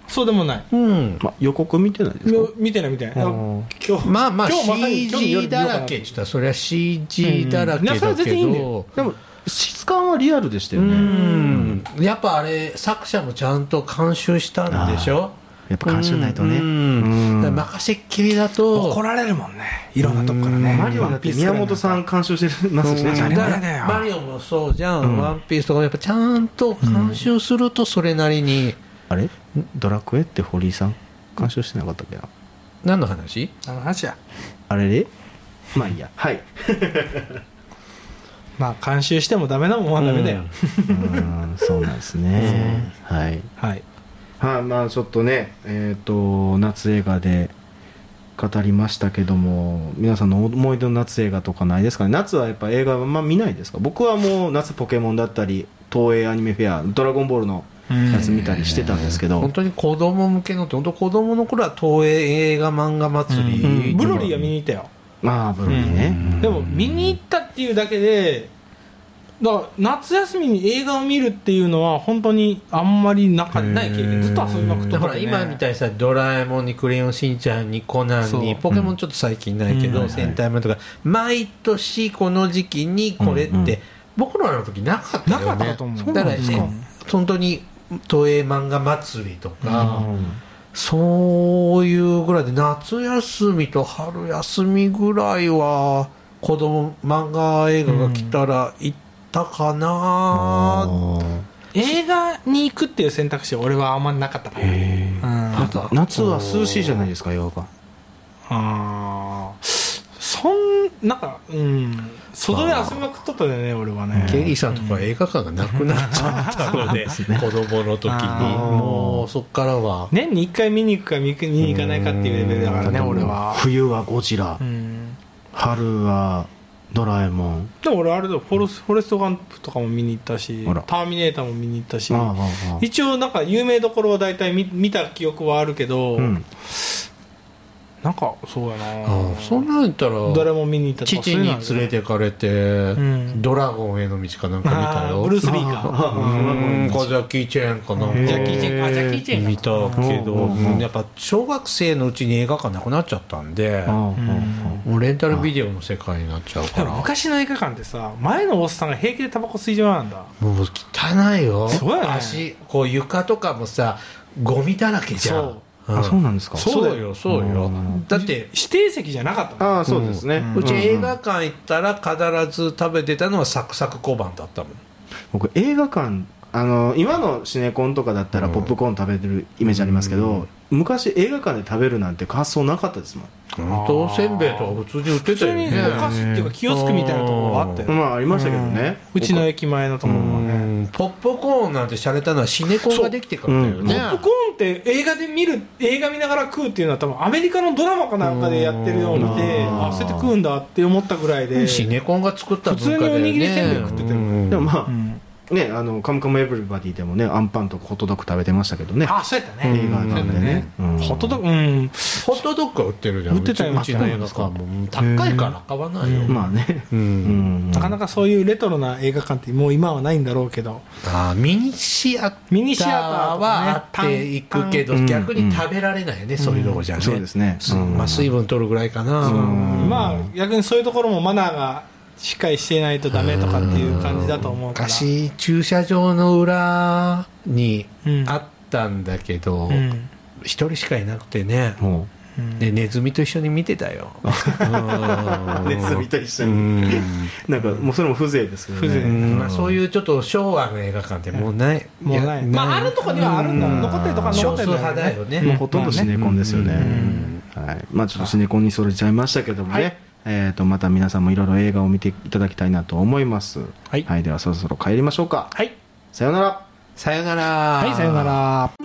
[SPEAKER 3] そうでもない
[SPEAKER 4] うん
[SPEAKER 1] ま予告見てないです
[SPEAKER 3] いや
[SPEAKER 1] か
[SPEAKER 3] 見てない見てない
[SPEAKER 1] あ
[SPEAKER 3] 今
[SPEAKER 1] ー
[SPEAKER 3] 日
[SPEAKER 4] まあまあ
[SPEAKER 3] 今日まさに今日の
[SPEAKER 4] CG
[SPEAKER 3] 夜
[SPEAKER 4] だらけって言ったらそれは CG だらけだけど、
[SPEAKER 3] うんいやそれは全然いいんだよ
[SPEAKER 1] でも質感はリアルでしたよ
[SPEAKER 4] う
[SPEAKER 1] ね
[SPEAKER 4] んやっぱあれ作者もちゃんと監修したんでしょ
[SPEAKER 1] やっぱ監修ないとね
[SPEAKER 4] うん
[SPEAKER 1] うん
[SPEAKER 4] だから任せっきりだと
[SPEAKER 3] 怒られるもんねいろんなとこからね
[SPEAKER 1] マリオだって宮本さん監修してますしね
[SPEAKER 4] うん
[SPEAKER 1] ちゃん
[SPEAKER 3] 誰
[SPEAKER 1] と
[SPEAKER 3] も
[SPEAKER 1] ね
[SPEAKER 3] 嫌だよ
[SPEAKER 4] マリオもそうじゃん、ワンピースとかもやっぱちゃんと監修するとそれなりに、
[SPEAKER 1] あれドラクエって堀井さん監修してなかったっけな
[SPEAKER 4] 何の話
[SPEAKER 3] あの話や
[SPEAKER 1] あれれまあいいやはい
[SPEAKER 3] まあ監修してもダメなもんはダメだよ、
[SPEAKER 4] うん
[SPEAKER 1] うんそうなんですねはい
[SPEAKER 3] はい
[SPEAKER 1] はい、まあちょっとね、えっと夏映画で語りましたけども皆さんの思い出の夏映画とかないですかね夏はやっぱ映画はあんま見ないですか僕はもう夏ポケモンだったり東映アニメフェア「ドラゴンボール」のやつ見たりしてたんですけど、
[SPEAKER 4] 本当に子供向けのって本当子供の頃は東映映画漫画祭り、
[SPEAKER 3] うんブロリーは見に行ったよ
[SPEAKER 1] まあブロリーね、
[SPEAKER 3] でも見に行ったっていうだけでだから夏休みに映画を見るっていうのは本当にあんまりなかない経験ずっと遊びまくっ
[SPEAKER 4] だ
[SPEAKER 3] とった
[SPEAKER 4] か
[SPEAKER 3] からら
[SPEAKER 4] 今みた
[SPEAKER 3] い
[SPEAKER 4] いにさ「ドラえもん」に「クレヨンしんちゃん」に「コナン」に
[SPEAKER 3] そう
[SPEAKER 4] ポケモンちょっと最近ないけ
[SPEAKER 3] う
[SPEAKER 4] ど
[SPEAKER 3] ん
[SPEAKER 4] 戦隊ものとか毎年この時期にこれ
[SPEAKER 1] うん
[SPEAKER 4] っ
[SPEAKER 1] うん
[SPEAKER 4] て僕らの時なかったよね
[SPEAKER 3] なかったと思うそう
[SPEAKER 4] だか
[SPEAKER 3] なん
[SPEAKER 4] ら
[SPEAKER 3] ですか
[SPEAKER 4] ね本当に東映漫画祭りとかそういうぐらいで夏休みと春休みぐらいは子供漫画映画が来たら行ったかな
[SPEAKER 3] 映画に行くっていう選択肢は俺はあんまなかったかな
[SPEAKER 1] へー
[SPEAKER 3] うん
[SPEAKER 1] あと夏は涼しいじゃないですか映画
[SPEAKER 3] あーそんなんかうん外で遊びまくっとったよね俺はね
[SPEAKER 4] ケリーさんとか映画館がなくなっちゃったので、子供の時に
[SPEAKER 3] あ
[SPEAKER 1] ー
[SPEAKER 4] もうそっからは
[SPEAKER 3] 年に1回見に行くか見に行かないかっていうレベルだからね
[SPEAKER 1] うん
[SPEAKER 3] 俺は
[SPEAKER 1] 冬はゴジラ、
[SPEAKER 3] うん
[SPEAKER 1] 春はドラえもん
[SPEAKER 3] でも俺あれだよフォレスフォレストガンプとかも見に行ったし
[SPEAKER 1] あら
[SPEAKER 3] ターミネーターも見に行ったし
[SPEAKER 1] あああああ
[SPEAKER 3] 一応なんか有名どころは大体見見た記憶はあるけど、
[SPEAKER 1] あうん
[SPEAKER 3] なんかそうやな
[SPEAKER 4] あーそんなん言った
[SPEAKER 3] 誰
[SPEAKER 4] ら
[SPEAKER 3] も見に行ったとか
[SPEAKER 4] 父に連れて
[SPEAKER 3] て
[SPEAKER 4] かれて
[SPEAKER 3] ん
[SPEAKER 4] ドラゴンへの道かなんか見たよ
[SPEAKER 3] ブルース・リー
[SPEAKER 1] あ
[SPEAKER 3] か
[SPEAKER 1] あああ
[SPEAKER 4] うんジャッキー・チェーンかなんか
[SPEAKER 1] へー
[SPEAKER 3] ジャッキーチェンあジャッキーチェンか
[SPEAKER 4] 見たけど、
[SPEAKER 1] うんうんうん
[SPEAKER 4] うんやっぱ小学生のうちに映画館なくなっちゃったんで
[SPEAKER 1] あああ
[SPEAKER 4] もうレンタルビデオの世界になっちゃうか
[SPEAKER 3] で
[SPEAKER 4] ら
[SPEAKER 3] も
[SPEAKER 4] もう
[SPEAKER 3] 昔の映画館ってさ前のおっさんが平気でタバコ吸いじまうんだ
[SPEAKER 4] 汚いよ
[SPEAKER 3] そうやね
[SPEAKER 4] 足こう床とかもさゴミだらけじゃん
[SPEAKER 3] そう
[SPEAKER 1] ああそうなんです
[SPEAKER 4] う
[SPEAKER 1] か
[SPEAKER 4] んそうよそうよ
[SPEAKER 1] うん
[SPEAKER 4] だって
[SPEAKER 3] 指定席じゃなかったの
[SPEAKER 1] ああそうですね、
[SPEAKER 4] うち
[SPEAKER 1] んん
[SPEAKER 4] 映画館行ったら必ず食べてたのはサクサク小判だったもん
[SPEAKER 1] 僕映画館あの今のシネコンとかだったら
[SPEAKER 4] うん
[SPEAKER 1] ポップコーン食べてるイメージありますけど、昔映画館で食べるなんて発想なかったですもん、
[SPEAKER 4] 本当せんべいとか普通に売ってた
[SPEAKER 3] 普通
[SPEAKER 4] よ
[SPEAKER 3] に
[SPEAKER 4] ね
[SPEAKER 3] お菓子っていうか気をつくみたいなところがあったよ、
[SPEAKER 1] まあありましたけどね、
[SPEAKER 3] うんうちの駅前のところはね
[SPEAKER 4] うんポップコーンなんて洒落たのはシネコンができてからだよね
[SPEAKER 1] そう
[SPEAKER 3] ポップコーンって映画で見る映画見ながら食うっていうのは多分アメリカのドラマかなんかでやってるようにで
[SPEAKER 1] うん
[SPEAKER 3] あそうやって食うんだって思ったぐらいで
[SPEAKER 4] シネコンが作った文化だよね
[SPEAKER 3] 普通におにぎりせんべい食ってたよ
[SPEAKER 4] うん
[SPEAKER 1] でもまあ、
[SPEAKER 3] うん
[SPEAKER 1] ねあの「カムカムエブリバディ」でもねアンパンとかホットドッグ食べてましたけどね
[SPEAKER 3] あそうやった
[SPEAKER 1] 映
[SPEAKER 3] ね
[SPEAKER 1] 画なんでね、うん
[SPEAKER 3] ホットドッグうん
[SPEAKER 4] ホットドッグは売ってるじゃん
[SPEAKER 3] 売ってたよ
[SPEAKER 4] うちうちの映画館も高いから買わないよ、
[SPEAKER 1] まあね、
[SPEAKER 4] うん
[SPEAKER 1] うん
[SPEAKER 3] なかなかそういうレトロな映画館ってもう今はないんだろうけど
[SPEAKER 4] あーミニシアタ
[SPEAKER 3] ミニシアタ
[SPEAKER 4] ー
[SPEAKER 3] ーとかね
[SPEAKER 4] はあっていくけど、
[SPEAKER 1] 単
[SPEAKER 4] 逆に食べられないよね、そういうとこじゃね、
[SPEAKER 1] そうですねうん
[SPEAKER 4] まあ、水分取るぐらいかな、
[SPEAKER 1] ん
[SPEAKER 3] まあ逆にそういうところもマナーがしっかりしてないとダメとかっていう感じだと思うから
[SPEAKER 4] 昔駐車場の裏に
[SPEAKER 3] うん
[SPEAKER 4] あったんだけど
[SPEAKER 3] うん
[SPEAKER 4] 一、人しかいなくてね、
[SPEAKER 1] も
[SPEAKER 3] うん
[SPEAKER 4] でネズミと一緒に見てたよ
[SPEAKER 1] うネズミと一緒
[SPEAKER 4] う
[SPEAKER 1] に
[SPEAKER 4] ん
[SPEAKER 1] なんかもうそれも風情ですけどね
[SPEAKER 3] 風情
[SPEAKER 4] うんまあ、そういうちょっと昭和の映画館ってもうない、
[SPEAKER 3] もうない
[SPEAKER 4] や
[SPEAKER 3] まああるとこにはあるんだ
[SPEAKER 1] うん
[SPEAKER 3] 残ってるとか残
[SPEAKER 4] 少
[SPEAKER 3] って
[SPEAKER 4] 数
[SPEAKER 3] ると
[SPEAKER 4] 派
[SPEAKER 3] か
[SPEAKER 4] だよね、
[SPEAKER 1] もうほとんどシネコンですよね、
[SPEAKER 4] まあね
[SPEAKER 1] はい、まあちょっとシネコンにそれちゃいましたけどもね、えー、とまた皆さんもいろいろ映画を見ていただきたいなと思います、
[SPEAKER 3] はい
[SPEAKER 1] ではそろそろ帰りましょうか
[SPEAKER 3] はい
[SPEAKER 1] さようなら
[SPEAKER 4] さよなら
[SPEAKER 3] はいさようなら